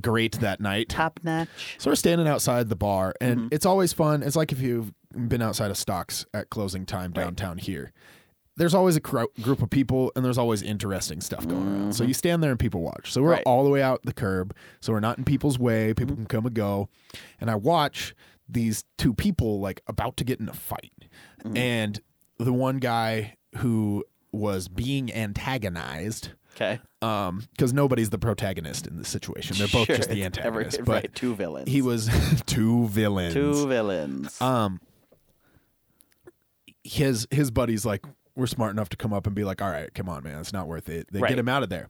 [SPEAKER 2] great that night.
[SPEAKER 3] Top notch.
[SPEAKER 2] So we're standing outside the bar, and
[SPEAKER 3] Mm-hmm.
[SPEAKER 2] it's always fun. It's like if you've been outside of stocks at closing time downtown here. There's always a crowd, group of people, and there's always interesting stuff going around. So you stand there and people watch. So we're
[SPEAKER 3] Mm-hmm. Right. Mm-hmm.
[SPEAKER 2] all the way out the curb, so we're not in people's way. People can come and go, and I watch these two people like about to get in a fight,
[SPEAKER 3] Mm-hmm.
[SPEAKER 2] and the one guy who was being antagonized
[SPEAKER 3] Okay.
[SPEAKER 2] um because nobody's the protagonist in this situation they're both
[SPEAKER 3] Sure,
[SPEAKER 2] just the
[SPEAKER 3] it's every-
[SPEAKER 2] antagonists but
[SPEAKER 3] right, two villains.
[SPEAKER 2] he was two villains
[SPEAKER 3] two villains.
[SPEAKER 2] um his his buddies like were smart enough to come up and be like all right come on man it's not worth it they
[SPEAKER 3] Right.
[SPEAKER 2] get him out of there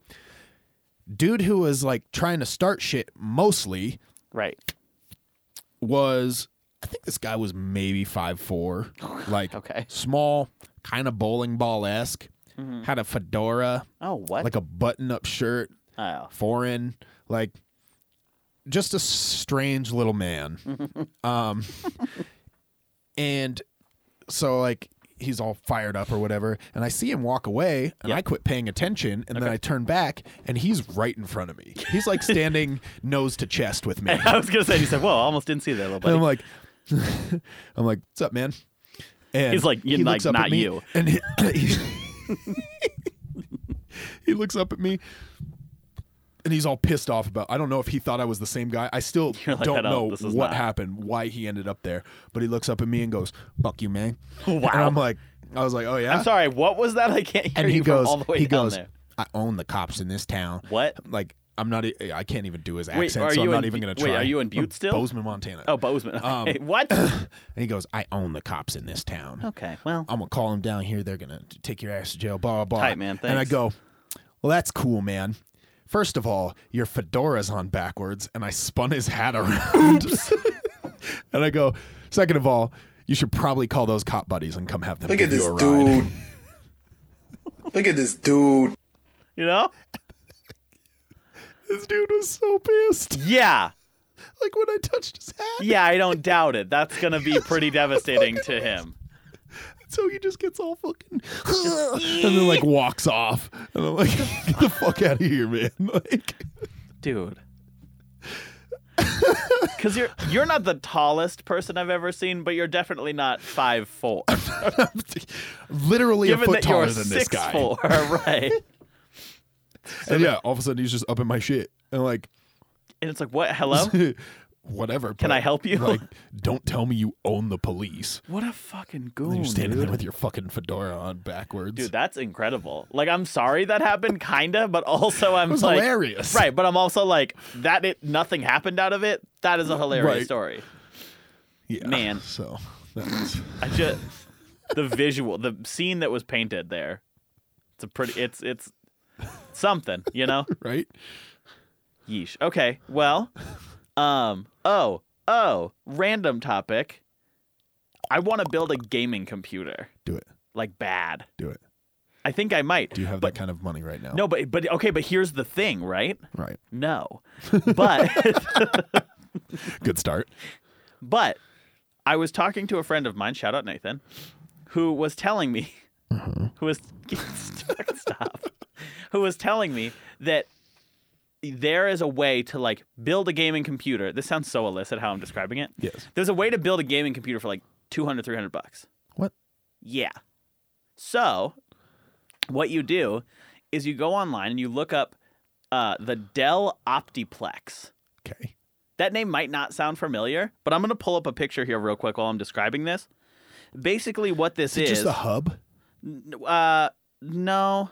[SPEAKER 2] dude who was like trying to start shit mostly
[SPEAKER 3] right.
[SPEAKER 2] was i think this guy was maybe five four like
[SPEAKER 3] Okay.
[SPEAKER 2] small kind of bowling ball-esque had a fedora
[SPEAKER 3] Oh, what?
[SPEAKER 2] like a button-up shirt
[SPEAKER 3] oh.
[SPEAKER 2] foreign, like just a strange little man. um, and so like he's all fired up or whatever, and I see him walk away, and
[SPEAKER 3] Yeah.
[SPEAKER 2] I quit paying attention, and then I turn back, and he's right in front of me. He's like standing nose to chest with me.
[SPEAKER 3] I was gonna say, you said, "Whoa, I almost didn't see that little
[SPEAKER 2] And
[SPEAKER 3] buddy."
[SPEAKER 2] I'm like, I'm like, what's up, man? And
[SPEAKER 3] He's like, "You're
[SPEAKER 2] he
[SPEAKER 3] like,
[SPEAKER 2] looks up
[SPEAKER 3] not
[SPEAKER 2] at me,
[SPEAKER 3] you.
[SPEAKER 2] And he, he looks up at me, and he's all pissed off about. I don't know if he thought I was the same guy. I still
[SPEAKER 3] You're like, "I
[SPEAKER 2] don't
[SPEAKER 3] don't-
[SPEAKER 2] know
[SPEAKER 3] this is
[SPEAKER 2] what
[SPEAKER 3] not."
[SPEAKER 2] happened, why he ended up there. But he looks up at me and goes, "Fuck you, man." And
[SPEAKER 3] Wow.
[SPEAKER 2] I'm like, I was like, oh yeah.
[SPEAKER 3] I'm sorry, what was that? I can't hear
[SPEAKER 2] And
[SPEAKER 3] you
[SPEAKER 2] he
[SPEAKER 3] from
[SPEAKER 2] goes,
[SPEAKER 3] all the way
[SPEAKER 2] he
[SPEAKER 3] down
[SPEAKER 2] goes,
[SPEAKER 3] there.
[SPEAKER 2] I own the cops in this town.
[SPEAKER 3] What?
[SPEAKER 2] Like. I'm not. e- I can't even do his
[SPEAKER 3] Wait,
[SPEAKER 2] accent,
[SPEAKER 3] are
[SPEAKER 2] so
[SPEAKER 3] you
[SPEAKER 2] I'm not
[SPEAKER 3] in
[SPEAKER 2] even
[SPEAKER 3] Bu-
[SPEAKER 2] going to
[SPEAKER 3] wait,
[SPEAKER 2] try.
[SPEAKER 3] are you in Butte still?
[SPEAKER 2] Bozeman, Montana.
[SPEAKER 3] Oh, Bozeman.
[SPEAKER 2] Um,
[SPEAKER 3] Okay, what?
[SPEAKER 2] And he goes, I own the cops in this town.
[SPEAKER 3] okay, well,
[SPEAKER 2] I'm going to call them down here. They're going to take your ass to jail, blah, blah, blah.
[SPEAKER 3] Tight, man.
[SPEAKER 2] And I
[SPEAKER 3] Thanks.
[SPEAKER 2] go, Well, that's cool, man. First of all, your fedora's on backwards. And I spun his hat around. and I go, Second of all, you should probably call those cop buddies and come have them
[SPEAKER 7] Look
[SPEAKER 2] give
[SPEAKER 7] at
[SPEAKER 2] you
[SPEAKER 7] this
[SPEAKER 2] a ride.
[SPEAKER 7] dude. Look at this dude.
[SPEAKER 3] you know,
[SPEAKER 2] This dude was so pissed.
[SPEAKER 3] yeah,
[SPEAKER 2] Like when I touched his hat.
[SPEAKER 3] yeah, I don't doubt it. That's gonna be pretty devastating to him.
[SPEAKER 2] So he just gets all fucking and then like walks off. And I'm like, get the fuck out of here, man. Like
[SPEAKER 3] dude. Because you're you're not the tallest person I've ever seen, but you're definitely not five four.
[SPEAKER 2] literally a
[SPEAKER 3] Given
[SPEAKER 2] foot
[SPEAKER 3] that you're
[SPEAKER 2] taller than
[SPEAKER 3] six
[SPEAKER 2] this guy.
[SPEAKER 3] four, right?
[SPEAKER 2] And yeah, all of a sudden he's just up in my shit and like
[SPEAKER 3] And it's like, what? Hello?
[SPEAKER 2] whatever.
[SPEAKER 3] Can
[SPEAKER 2] but,
[SPEAKER 3] I help you?
[SPEAKER 2] Like, don't tell me you own the police.
[SPEAKER 3] What a fucking
[SPEAKER 2] And
[SPEAKER 3] goon,
[SPEAKER 2] you're standing
[SPEAKER 3] dude.
[SPEAKER 2] there with your fucking fedora on backwards.
[SPEAKER 3] Dude, that's incredible. Like, I'm sorry that happened, kinda, but also I'm
[SPEAKER 2] It was
[SPEAKER 3] like,
[SPEAKER 2] hilarious.
[SPEAKER 3] right? But I'm also like, that it nothing happened out of it. That is a hilarious
[SPEAKER 2] Right.
[SPEAKER 3] story.
[SPEAKER 2] yeah.
[SPEAKER 3] man.
[SPEAKER 2] So that was
[SPEAKER 3] I just the visual, the scene that was painted there. It's a pretty. It's it's something, you know.
[SPEAKER 2] right.
[SPEAKER 3] Yeesh. Okay. Well, um. Oh. Oh. Random topic. I want to build a gaming computer,
[SPEAKER 2] Do it.
[SPEAKER 3] like bad.
[SPEAKER 2] Do it.
[SPEAKER 3] I think I might.
[SPEAKER 2] Do you have
[SPEAKER 3] but,
[SPEAKER 2] that kind of money right now?
[SPEAKER 3] No, but but okay, but here's the thing, right?
[SPEAKER 2] Right.
[SPEAKER 3] No. But
[SPEAKER 2] Good start.
[SPEAKER 3] But I was talking to a friend of mine, shout out Nathan, who was telling me,
[SPEAKER 2] Mm-hmm.
[SPEAKER 3] who was stop, who was telling me that there is a way to like build a gaming computer. This sounds so illicit how I'm describing it.
[SPEAKER 2] Yes.
[SPEAKER 3] There's a way to build a gaming computer for like 200, 300 bucks.
[SPEAKER 2] What?
[SPEAKER 3] Yeah. So, what you do is you go online and you look up uh, the Dell Optiplex.
[SPEAKER 2] Okay.
[SPEAKER 3] That name might not sound familiar, but I'm going to pull up a picture here real quick while I'm describing this. Basically, what this
[SPEAKER 2] It's
[SPEAKER 3] is,
[SPEAKER 2] just a hub.
[SPEAKER 3] uh, no,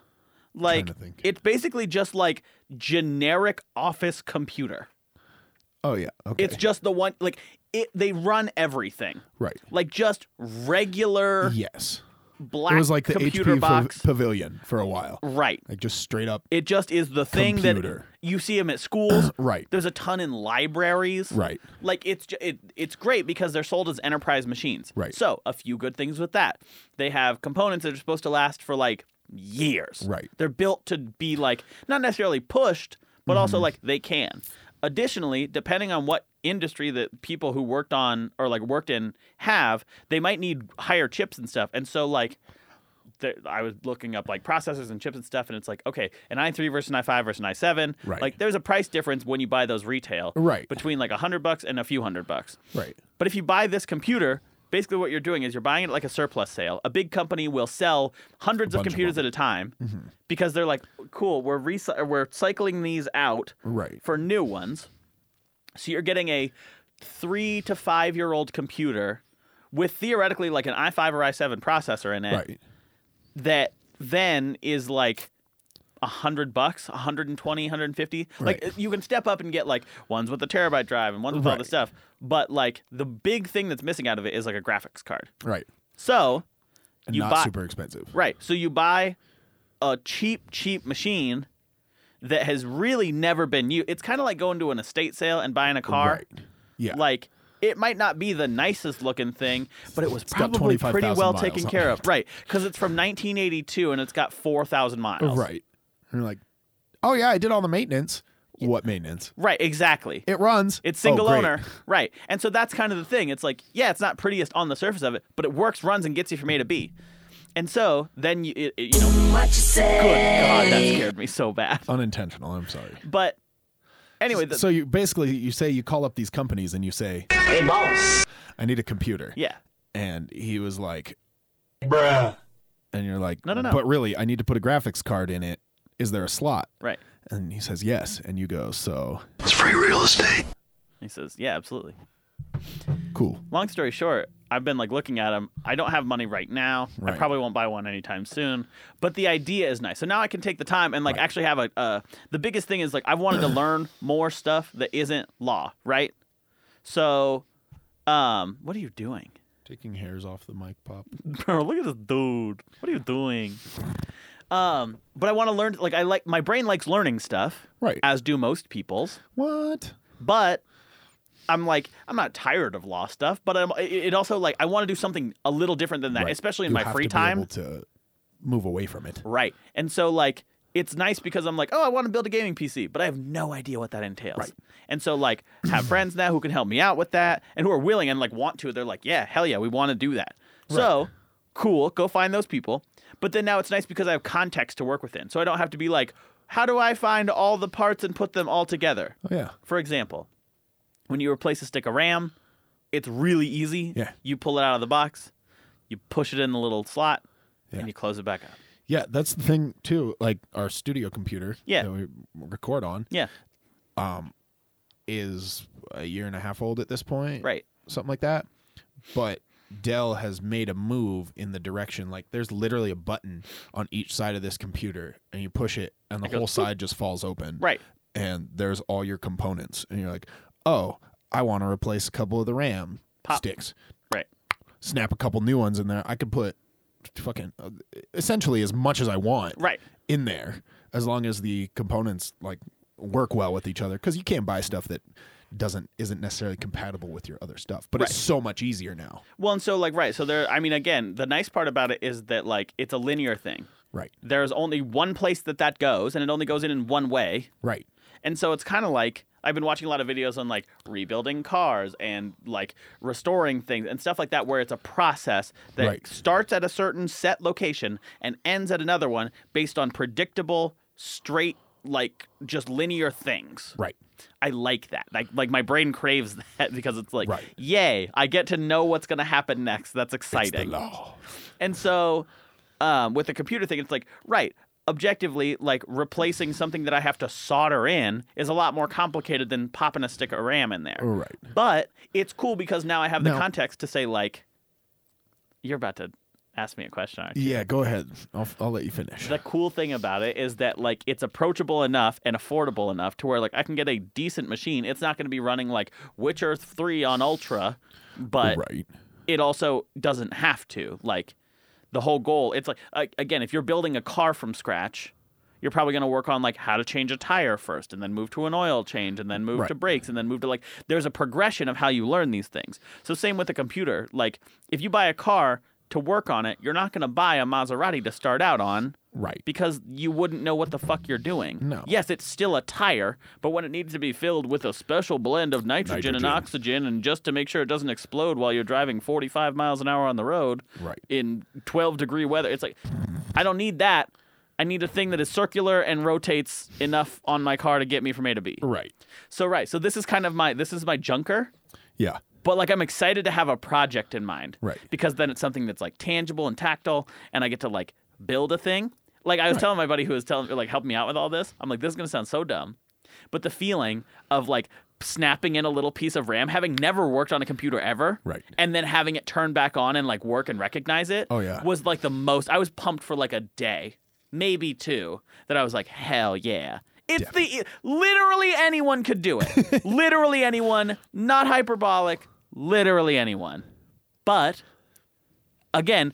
[SPEAKER 3] like
[SPEAKER 2] to think.
[SPEAKER 3] it's basically just like generic office computer.
[SPEAKER 2] Oh yeah. Okay.
[SPEAKER 3] It's just the one like it. They run everything
[SPEAKER 2] right.
[SPEAKER 3] like just regular
[SPEAKER 2] Yes.
[SPEAKER 3] black.
[SPEAKER 2] it was like the
[SPEAKER 3] computer
[SPEAKER 2] HP pav-
[SPEAKER 3] box.
[SPEAKER 2] pavilion for a while.
[SPEAKER 3] right.
[SPEAKER 2] Like just straight up.
[SPEAKER 3] It just is the thing
[SPEAKER 2] Computer.
[SPEAKER 3] that you see them at schools.
[SPEAKER 2] Right.
[SPEAKER 3] There's a ton in libraries.
[SPEAKER 2] Right.
[SPEAKER 3] Like it's ju- it, it's great because they're sold as enterprise machines.
[SPEAKER 2] Right.
[SPEAKER 3] So a few good things with that. They have components that are supposed to last for like years.
[SPEAKER 2] Right.
[SPEAKER 3] They're built to be like not necessarily pushed, but
[SPEAKER 2] Mm-hmm.
[SPEAKER 3] also like they can. Additionally, depending on what industry that people who worked on or like worked in have, they might need higher chips and stuff. And so like there, I was looking up like processors and chips and stuff, and it's like, okay, an i3 versus an i5 versus an i7.
[SPEAKER 2] Right.
[SPEAKER 3] Like, there's a price difference when you buy those retail.
[SPEAKER 2] Right.
[SPEAKER 3] Between like a hundred bucks and a few hundred bucks.
[SPEAKER 2] Right.
[SPEAKER 3] But if you buy this computer, basically what you're doing is you're buying it like a surplus sale. A big company will sell hundreds of
[SPEAKER 2] bunch of Mm-hmm.
[SPEAKER 3] computers at a time because they're like, cool, we're recy- we're cycling these out
[SPEAKER 2] Right.
[SPEAKER 3] for new ones. So you're getting a three to five year old computer with theoretically like an i5 or i7 processor in it
[SPEAKER 2] Right.
[SPEAKER 3] that then is like a hundred bucks, 120, 150.
[SPEAKER 2] Right.
[SPEAKER 3] Like you can step up and get like ones with a terabyte drive and ones with all
[SPEAKER 2] Right.
[SPEAKER 3] this stuff. But like the big thing that's missing out of it is like a graphics card.
[SPEAKER 2] Right.
[SPEAKER 3] So
[SPEAKER 2] And
[SPEAKER 3] you
[SPEAKER 2] not
[SPEAKER 3] buy
[SPEAKER 2] super expensive.
[SPEAKER 3] right. So you buy a cheap, cheap machine that has really never been used. It's kind of like going to an estate sale and buying a car.
[SPEAKER 2] Right. Yeah.
[SPEAKER 3] Like it might not be the nicest looking thing, but it was
[SPEAKER 2] got
[SPEAKER 3] probably pretty
[SPEAKER 2] 25,000
[SPEAKER 3] well
[SPEAKER 2] miles
[SPEAKER 3] taken
[SPEAKER 2] on
[SPEAKER 3] care
[SPEAKER 2] it.
[SPEAKER 3] of, right? Because it's from 1982 and it's got 4,000 miles,
[SPEAKER 2] Right. And you're like, oh yeah, I did all the maintenance. What maintenance?
[SPEAKER 3] Right, exactly.
[SPEAKER 2] It runs.
[SPEAKER 3] It's
[SPEAKER 2] Oh,
[SPEAKER 3] single
[SPEAKER 2] great.
[SPEAKER 3] owner, right? And so that's kind of the thing. It's like, yeah, it's not prettiest on the surface of it, but it works, runs, and gets you from A to B. And so then you, it, it- you know,
[SPEAKER 6] What you
[SPEAKER 3] good
[SPEAKER 6] say?
[SPEAKER 3] God, that scared me so bad.
[SPEAKER 2] Unintentional. I'm sorry.
[SPEAKER 3] But anyway, the,
[SPEAKER 2] so you basically you say you call up these companies and you say,
[SPEAKER 4] Hey, boss.
[SPEAKER 2] I need a computer.
[SPEAKER 3] yeah,
[SPEAKER 2] And he was like, bruh. And you're like,
[SPEAKER 3] No, no, no.
[SPEAKER 2] But really, I need to put a graphics card in it. Is there a slot?
[SPEAKER 3] right.
[SPEAKER 2] And he says yes. And you go, so
[SPEAKER 5] It's free real estate.
[SPEAKER 3] He says, yeah, absolutely.
[SPEAKER 2] cool.
[SPEAKER 3] long story short, I've been like looking at them. I don't have money right now. I
[SPEAKER 2] Right.
[SPEAKER 3] probably won't buy one anytime soon. But the idea is nice. So now I can take the time and like actually have a. Uh, the biggest thing is like I've wanted to learn more stuff that isn't law, right? So, um, what are you doing,
[SPEAKER 2] Taking hairs off the mic pop.
[SPEAKER 3] bro? Look at this dude. What are you doing? Um, but I want to learn. Like I like my brain likes learning stuff,
[SPEAKER 2] Right.
[SPEAKER 3] As do most people's
[SPEAKER 2] What?
[SPEAKER 3] but I'm like I'm not tired of law stuff, but I'm it it also like I want to do something a little different than that,
[SPEAKER 2] Right.
[SPEAKER 3] especially in
[SPEAKER 2] You
[SPEAKER 3] my
[SPEAKER 2] have
[SPEAKER 3] free
[SPEAKER 2] to be
[SPEAKER 3] time.
[SPEAKER 2] able to move away from it.
[SPEAKER 3] Right. And so like it's nice because I'm like, oh, I want to build a gaming PC, but I have no idea what that entails. Right. And so like have friends now who can help me out with that and who are willing and like want to. They're like, yeah, hell yeah, we want to do that. So cool, go find those people. But then now it's nice because I have context to work within. So I don't have to be like, how do I find all the parts and put them all together?
[SPEAKER 2] Oh yeah.
[SPEAKER 3] For example, when you replace a stick of RAM, it's really easy.
[SPEAKER 2] Yeah.
[SPEAKER 3] You pull it out of the box, you push it in the little slot,
[SPEAKER 2] Yeah.
[SPEAKER 3] and you close it back up.
[SPEAKER 2] Yeah, that's the thing too. Like our studio computer
[SPEAKER 3] Yeah.
[SPEAKER 2] that we record on
[SPEAKER 3] Yeah,
[SPEAKER 2] is a year and a half old at this point.
[SPEAKER 3] right.
[SPEAKER 2] something like that. But Dell has made a move in the direction like there's literally a button on each side of this computer, and you push it, and the
[SPEAKER 3] goes
[SPEAKER 2] whole side just falls open.
[SPEAKER 3] Right.
[SPEAKER 2] And there's all your components, and you're like, oh, I want to replace a couple of the RAM
[SPEAKER 3] Pop.
[SPEAKER 2] sticks,
[SPEAKER 3] Right.
[SPEAKER 2] snap a couple new ones in there. I could put fucking uh, essentially as much as I want
[SPEAKER 3] Right.
[SPEAKER 2] in there, as long as the components like work well with each other. Because you can't buy stuff that doesn't isn't necessarily compatible with your other stuff, but
[SPEAKER 3] Right.
[SPEAKER 2] it's so much easier now.
[SPEAKER 3] Well, and so like right, so there. I mean, again, the nice part about it is that like it's a linear thing.
[SPEAKER 2] Right.
[SPEAKER 3] There's only one place that that goes, and it only goes in in one way.
[SPEAKER 2] Right.
[SPEAKER 3] And so it's kind of like I've been watching a lot of videos on like rebuilding cars and like restoring things and stuff like that, where it's a process that
[SPEAKER 2] Right.
[SPEAKER 3] starts at a certain set location and ends at another one based on predictable, straight, like just linear things.
[SPEAKER 2] Right.
[SPEAKER 3] I like that. Like, like my brain craves that because it's like,
[SPEAKER 2] Right.
[SPEAKER 3] yay! I get to know what's gonna happen next. That's
[SPEAKER 2] The
[SPEAKER 3] exciting.
[SPEAKER 2] law.
[SPEAKER 3] And so, um, with the computer thing, it's like, right, objectively, like replacing something that I have to solder in is a lot more complicated than popping a stick of RAM in there.
[SPEAKER 2] Right.
[SPEAKER 3] But it's cool because now I have the
[SPEAKER 2] Mm. Now-
[SPEAKER 3] context to say, like, you're about to ask me a question, aren't you?
[SPEAKER 2] Yeah, go ahead. I'll, I'll let you finish.
[SPEAKER 3] The cool thing about it is that like it's approachable enough and affordable enough to where like I can get a decent machine. It's not going to be running like Witcher 3 on ultra, but
[SPEAKER 2] right.
[SPEAKER 3] it also doesn't have to. Like the whole goal, it's like a- again, if you're building a car from scratch, you're probably going to work on like how to change a tire first and then move to an oil change and then move to
[SPEAKER 2] Right.
[SPEAKER 3] brakes and then move to like there's a progression of how you learn these things. So same with a computer. Like if you buy a car to work on it, you're not going to buy a Maserati to start out on
[SPEAKER 2] Right.
[SPEAKER 3] because you wouldn't know what the fuck you're doing.
[SPEAKER 2] No.
[SPEAKER 3] Yes, it's still a tire, but when it needs to be filled with a special blend of nitrogen, and
[SPEAKER 2] Nitrogen.
[SPEAKER 3] oxygen and just to make sure it doesn't explode while you're driving 45 miles an hour on the road
[SPEAKER 2] Right.
[SPEAKER 3] in 12 degree weather, it's like I don't need that. I need a thing that is circular and rotates enough on my car to get me from A to B.
[SPEAKER 2] Right.
[SPEAKER 3] So right, so this is kind of my this is my junker
[SPEAKER 2] Yeah.
[SPEAKER 3] but like I'm excited to have a project in mind.
[SPEAKER 2] Right.
[SPEAKER 3] Because then it's something that's like tangible and tactile and I get to like build a thing. Like I was telling my buddy who was telling like helping me out with all this, I'm like, this is gonna sound so dumb. But the feeling of like snapping in a little piece of RAM, having never worked on a computer ever,
[SPEAKER 2] Right.
[SPEAKER 3] and then having it turn back on and like work and recognize it
[SPEAKER 2] Oh, yeah.
[SPEAKER 3] was like the most I was pumped for like a day, maybe two, that I was like, hell yeah. It's the e, literally anyone could do it. literally anyone, not hyperbolic, literally anyone. But again,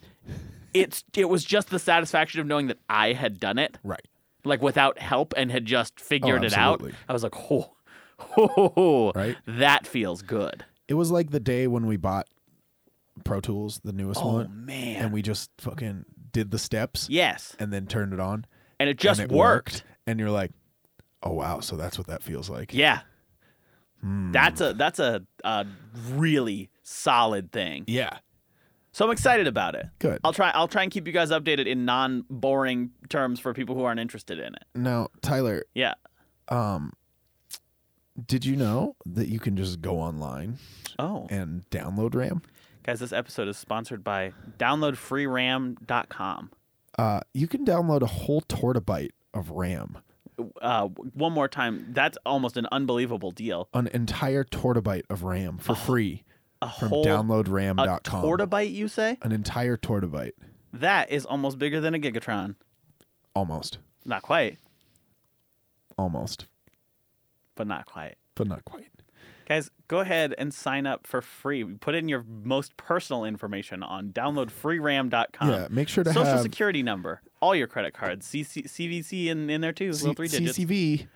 [SPEAKER 3] it's it was just the satisfaction of knowing that I had done it
[SPEAKER 2] Right.
[SPEAKER 3] like without help and had just figured it out.
[SPEAKER 2] absolutely.
[SPEAKER 3] I was like, oh, ho, ho, ho,
[SPEAKER 2] Right.
[SPEAKER 3] that feels good.
[SPEAKER 2] It was like the day when we bought Pro Tools, the newest one,
[SPEAKER 3] Oh, man.
[SPEAKER 2] and we just fucking did the steps
[SPEAKER 3] Yes.
[SPEAKER 2] and then turned it on.
[SPEAKER 3] And it just
[SPEAKER 2] and it
[SPEAKER 3] worked.
[SPEAKER 2] And you're like, oh wow, so that's what that feels like.
[SPEAKER 3] Yeah.
[SPEAKER 2] Hmm.
[SPEAKER 3] That's a that's a, a really solid thing.
[SPEAKER 2] Yeah.
[SPEAKER 3] So I'm excited about it.
[SPEAKER 2] Good.
[SPEAKER 3] I'll try I'll try and keep you guys updated in non boring terms for people who aren't interested in it.
[SPEAKER 2] Now, Tyler,
[SPEAKER 3] Yeah.
[SPEAKER 2] did you know that you can just go online
[SPEAKER 3] Oh.
[SPEAKER 2] and download RAM?
[SPEAKER 3] Guys, this episode is sponsored by downloadfreeram.com.
[SPEAKER 2] Uh, you can download a whole tortabyte of RAM,
[SPEAKER 3] Uh, one more time. That's almost an unbelievable deal.
[SPEAKER 2] an entire tortabyte of RAM for free
[SPEAKER 3] A
[SPEAKER 2] from
[SPEAKER 3] whole a
[SPEAKER 2] downloadram.com.
[SPEAKER 3] tortabyte, you say?
[SPEAKER 2] an entire tortabyte,
[SPEAKER 3] That is almost bigger than a gigatron.
[SPEAKER 2] almost,
[SPEAKER 3] Not quite,
[SPEAKER 2] almost,
[SPEAKER 3] but not quite.
[SPEAKER 2] but not quite.
[SPEAKER 3] Guys, go ahead and sign up for free. Put in your most personal information on downloadfreeram.com.
[SPEAKER 2] Yeah, make sure to
[SPEAKER 3] Ah. Social
[SPEAKER 2] have
[SPEAKER 3] security number, all your credit cards, CC, CVC in, in there too,
[SPEAKER 2] C-
[SPEAKER 3] little three digits.
[SPEAKER 2] CCV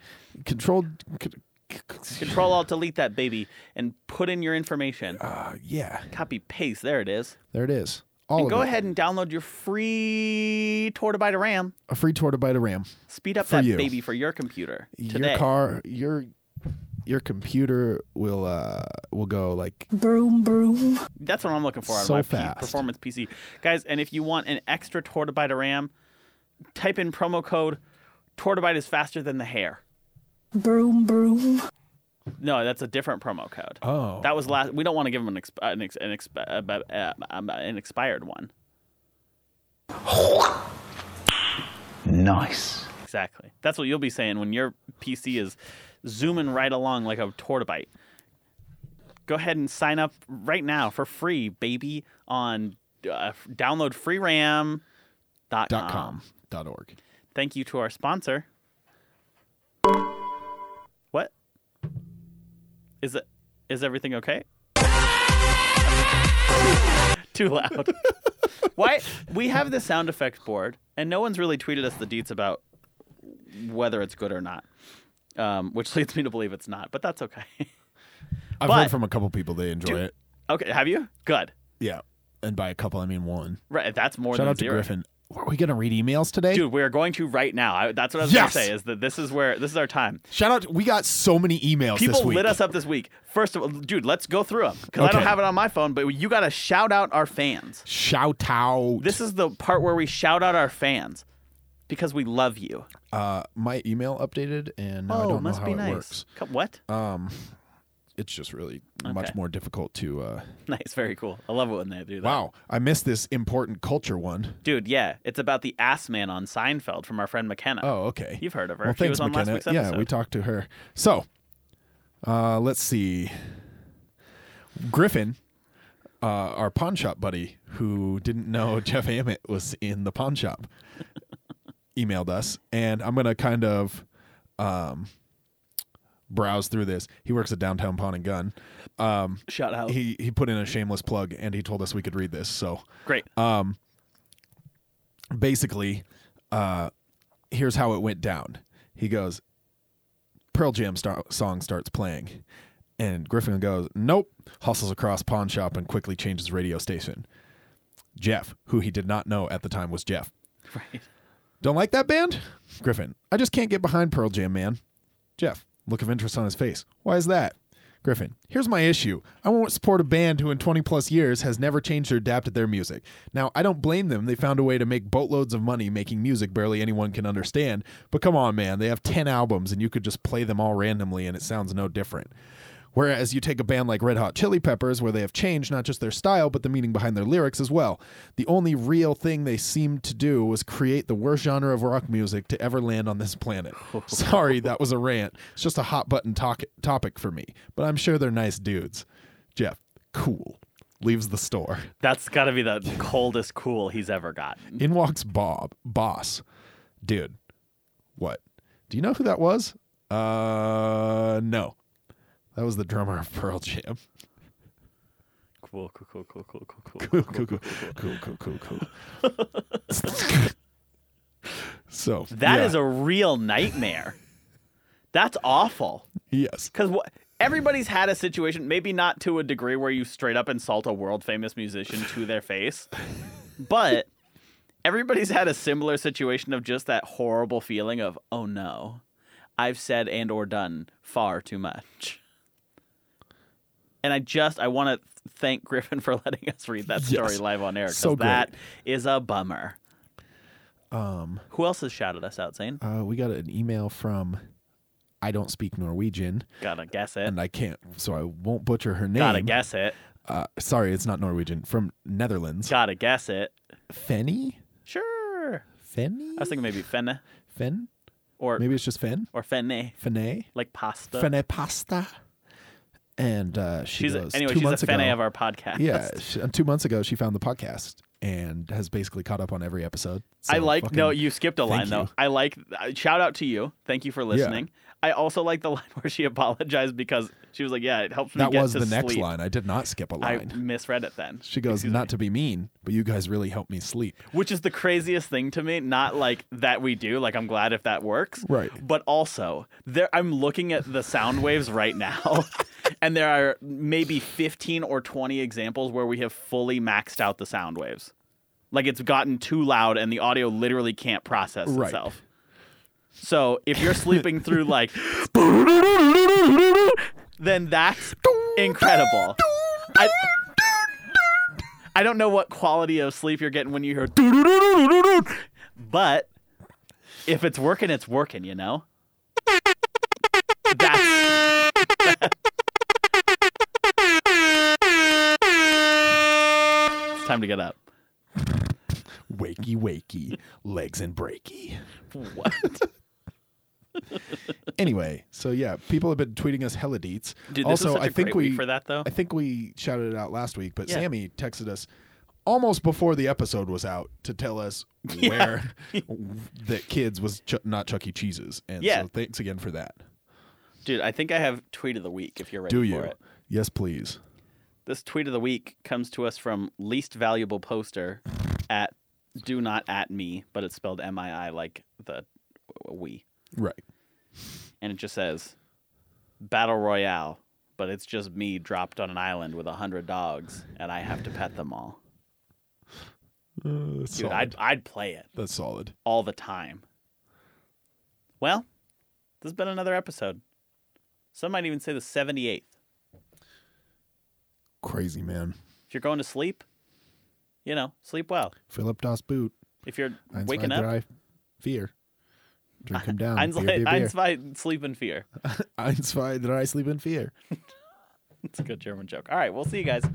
[SPEAKER 2] controlled. c- c- c-
[SPEAKER 3] Control Alt Delete that baby and put in your information.
[SPEAKER 2] Uh, yeah,
[SPEAKER 3] Copy paste. There it is.
[SPEAKER 2] there it is. All
[SPEAKER 3] and
[SPEAKER 2] of
[SPEAKER 3] go
[SPEAKER 2] it.
[SPEAKER 3] ahead and download your free tortabyte of RAM.
[SPEAKER 2] A free tortabyte of RAM.
[SPEAKER 3] Speed up
[SPEAKER 2] For
[SPEAKER 3] that
[SPEAKER 2] you.
[SPEAKER 3] baby for your computer today.
[SPEAKER 2] Your car, your your computer will uh will go like
[SPEAKER 3] That's what I'm looking for out
[SPEAKER 2] So
[SPEAKER 3] of my P-
[SPEAKER 2] fast.
[SPEAKER 3] performance PC. Guys, and if you want an extra tortabyte of RAM, type in promo code tortabyte is faster than the hair. Broom broom. No, that's a different promo code.
[SPEAKER 2] Oh.
[SPEAKER 3] That was last we don't want to give them an exp- an, ex- an, exp- uh, bu- uh, um, uh, an expired one.
[SPEAKER 8] Nice.
[SPEAKER 3] Exactly. That's what you'll be saying when your PC is zooming right along like a tortabyte. Go ahead and sign up right now for free, baby, on uh, downloadfreeram.com.
[SPEAKER 2] dot com dot org.
[SPEAKER 3] Thank you to our sponsor. What? Is it is everything okay? Too loud. Why we have the sound effect board and no one's really tweeted us the deets about whether it's good or not. Um, which leads me to believe it's not, but that's okay.
[SPEAKER 2] I've
[SPEAKER 3] But-
[SPEAKER 2] heard from a couple people they enjoy it.
[SPEAKER 3] okay, have you? Good.
[SPEAKER 2] Yeah, and by a couple I mean one.
[SPEAKER 3] Right, that's more
[SPEAKER 2] Shout
[SPEAKER 3] than
[SPEAKER 2] out to
[SPEAKER 3] zero.
[SPEAKER 2] Griffin. Are we gonna read emails today?
[SPEAKER 3] Dude, we are going to right now. I, that's what I was
[SPEAKER 2] Yes!
[SPEAKER 3] going to say is that this is where this is our time.
[SPEAKER 2] Shout out! We got so many emails
[SPEAKER 3] People
[SPEAKER 2] this week.
[SPEAKER 3] lit us up this week. First of all, dude, let's go through them because I don't
[SPEAKER 2] Okay.
[SPEAKER 3] have it on my phone, but you got to shout out our fans.
[SPEAKER 2] Shout out!
[SPEAKER 3] This is the part where we shout out our fans because we love you.
[SPEAKER 2] uh, my email updated, and now I
[SPEAKER 3] oh,
[SPEAKER 2] don't
[SPEAKER 3] must
[SPEAKER 2] know how
[SPEAKER 3] be
[SPEAKER 2] it
[SPEAKER 3] nice.
[SPEAKER 2] works. Uh,
[SPEAKER 3] Co- What?
[SPEAKER 2] It's just really
[SPEAKER 3] Okay.
[SPEAKER 2] much more difficult to. Uh,
[SPEAKER 3] nice, very cool. I love it when they do that.
[SPEAKER 2] wow, I missed this important culture one.
[SPEAKER 3] Dude, yeah, it's about the ass man on Seinfeld from our friend McKenna.
[SPEAKER 2] Oh, okay.
[SPEAKER 3] You've heard of her.
[SPEAKER 2] Well,
[SPEAKER 3] she
[SPEAKER 2] thanks,
[SPEAKER 3] was on
[SPEAKER 2] McKenna.
[SPEAKER 3] last week's
[SPEAKER 2] yeah,
[SPEAKER 3] episode.
[SPEAKER 2] we talked to her. So, uh, let's see. Griffin, uh, our pawn shop buddy, who didn't know Jeff Hammett was in the pawn shop, emailed us, and I'm gonna kind of um, browse through this. He works at Downtown Pawn and Gun.
[SPEAKER 3] Shout out.
[SPEAKER 2] He he put in a shameless plug, and he told us we could read this. So
[SPEAKER 3] Great.
[SPEAKER 2] Uh, basically, uh, here's how it went down. He goes, Pearl Jam star- song starts playing, and Griffin goes, "Nope." Hustles across pawn shop and quickly changes radio station. Jeff, who he did not know at the time was Jeff,
[SPEAKER 3] right.
[SPEAKER 2] don't like that band? Griffin, I just can't get behind Pearl Jam, man. Jeff, look of interest on his face. Why is that? Griffin, here's my issue. I won't support a band who in 20 plus years has never changed or adapted their music. Now, I don't blame them. They found a way to make boatloads of money making music barely anyone can understand. But come on, man, they have 10 albums and you could just play them all randomly and it sounds no different. Whereas you take a band like Red Hot Chili Peppers, where they have changed not just their style, but the meaning behind their lyrics as well. The only real thing they seemed to do was create the worst genre of rock music to ever land on this planet. Sorry, that was a rant. It's just a hot button talk- topic for me, but I'm sure they're nice dudes. Jeff, cool. Leaves the store.
[SPEAKER 3] That's got to be the coldest cool he's ever got.
[SPEAKER 2] In walks Bob, boss. Dude, what? Do you know who that was? Uh, no. That was the drummer of Pearl Jam.
[SPEAKER 3] Cool, cool, cool, cool, cool, cool, cool.
[SPEAKER 2] cool, cool, cool, cool, cool, cool, cool. so
[SPEAKER 3] That
[SPEAKER 2] yeah,
[SPEAKER 3] is a real nightmare. That's awful.
[SPEAKER 2] yes.
[SPEAKER 3] Because what everybody's had a situation, maybe not to a degree where you straight up insult a world famous musician to their face, but everybody's had a similar situation of just that horrible feeling of oh no, I've said and or done far too much. And I just I want to thank Griffin for letting us read that story
[SPEAKER 2] Yes.
[SPEAKER 3] live on air because
[SPEAKER 2] So great.
[SPEAKER 3] that is a bummer. Um, who else has shouted us out, Zane?
[SPEAKER 2] Uh, we got an email from I don't speak Norwegian
[SPEAKER 3] Gotta guess it.
[SPEAKER 2] and I can't, so I won't butcher her name.
[SPEAKER 3] Gotta guess it.
[SPEAKER 2] Uh, sorry, it's not Norwegian. From Netherlands.
[SPEAKER 3] Gotta guess it.
[SPEAKER 2] Fenny,
[SPEAKER 3] Sure.
[SPEAKER 2] Fenny,
[SPEAKER 3] I was thinking maybe fenne
[SPEAKER 2] Fen.
[SPEAKER 3] or
[SPEAKER 2] Maybe it's just Fen.
[SPEAKER 3] or fenne,
[SPEAKER 2] Fene.
[SPEAKER 3] like pasta.
[SPEAKER 2] Fene pasta. And uh, she
[SPEAKER 3] she's
[SPEAKER 2] goes,
[SPEAKER 3] anyway,
[SPEAKER 2] two
[SPEAKER 3] she's
[SPEAKER 2] months
[SPEAKER 3] a fenne
[SPEAKER 2] ago,
[SPEAKER 3] of our podcast.
[SPEAKER 2] Yeah, she, two months ago she found the podcast and has basically caught up on every episode.
[SPEAKER 3] I
[SPEAKER 2] So
[SPEAKER 3] like no,
[SPEAKER 2] fucking-
[SPEAKER 3] you skipped a line
[SPEAKER 2] thank
[SPEAKER 3] though.
[SPEAKER 2] you.
[SPEAKER 3] I like uh, shout out to you. Thank you for listening. I also like the line where she apologized because she was like, "Yeah, it helps me
[SPEAKER 2] That
[SPEAKER 3] get
[SPEAKER 2] was
[SPEAKER 3] to
[SPEAKER 2] the next
[SPEAKER 3] sleep."
[SPEAKER 2] line. I did not skip a
[SPEAKER 3] I
[SPEAKER 2] line.
[SPEAKER 3] misread it then.
[SPEAKER 2] she goes, "Not to be mean, but you guys really helped me sleep."
[SPEAKER 3] Which is the craziest thing to me, not like that we do, like I'm glad if that works.
[SPEAKER 2] Right.
[SPEAKER 3] But also, there I'm looking at the sound waves right now, and there are maybe 15 or 20 examples where we have fully maxed out the sound waves. Like it's gotten too loud and the audio literally can't process
[SPEAKER 2] Right.
[SPEAKER 3] itself. So if you're sleeping through like then that's incredible. I, I don't know what quality of sleep you're getting when you hear but if it's working, it's working, you know? That's It's time to get up.
[SPEAKER 2] Wakey, wakey, legs and breaky.
[SPEAKER 3] What?
[SPEAKER 2] Anyway, so yeah, people have been tweeting us hella deets.
[SPEAKER 3] Dude, this is
[SPEAKER 2] also,
[SPEAKER 3] such a
[SPEAKER 2] I think
[SPEAKER 3] great
[SPEAKER 2] we
[SPEAKER 3] week for that, though.
[SPEAKER 2] I think we shouted it out last week, but
[SPEAKER 3] Yeah.
[SPEAKER 2] Sammy texted us almost before the episode was out to tell us where that kids was Chuck not Chuck E. Cheese's, and
[SPEAKER 3] Yeah.
[SPEAKER 2] so thanks again for that.
[SPEAKER 3] Dude, I think I have tweet of the week if you're ready
[SPEAKER 2] Do
[SPEAKER 3] for
[SPEAKER 2] you?
[SPEAKER 3] it.
[SPEAKER 2] Yes, please.
[SPEAKER 3] This tweet of the week comes to us from least valuable poster at do not at me, but it's spelled M I I like the we.
[SPEAKER 2] Right.
[SPEAKER 3] And it just says Battle Royale, but it's just me dropped on an island with a hundred dogs and I have to pet them all.
[SPEAKER 2] Uh, that's,
[SPEAKER 3] Dude,
[SPEAKER 2] solid.
[SPEAKER 3] I'd, I'd play it
[SPEAKER 2] that's solid.
[SPEAKER 3] all the time. Well, this has been another episode. Some might even say the 78th.
[SPEAKER 2] Crazy man.
[SPEAKER 3] If you're going to sleep, you know, sleep well.
[SPEAKER 2] Philip Das Boot.
[SPEAKER 3] If you're
[SPEAKER 2] Eins,
[SPEAKER 3] waking
[SPEAKER 2] zwei,
[SPEAKER 3] up,
[SPEAKER 2] drei. Fear. Drink him down.
[SPEAKER 3] Ein's
[SPEAKER 2] beer,
[SPEAKER 3] like,
[SPEAKER 2] beer,
[SPEAKER 3] Ein's
[SPEAKER 2] beer.
[SPEAKER 3] like, sleep in fear.
[SPEAKER 2] Eins, zwei, drei, sleep in fear.
[SPEAKER 3] It's a good German joke. All right, we'll see you guys.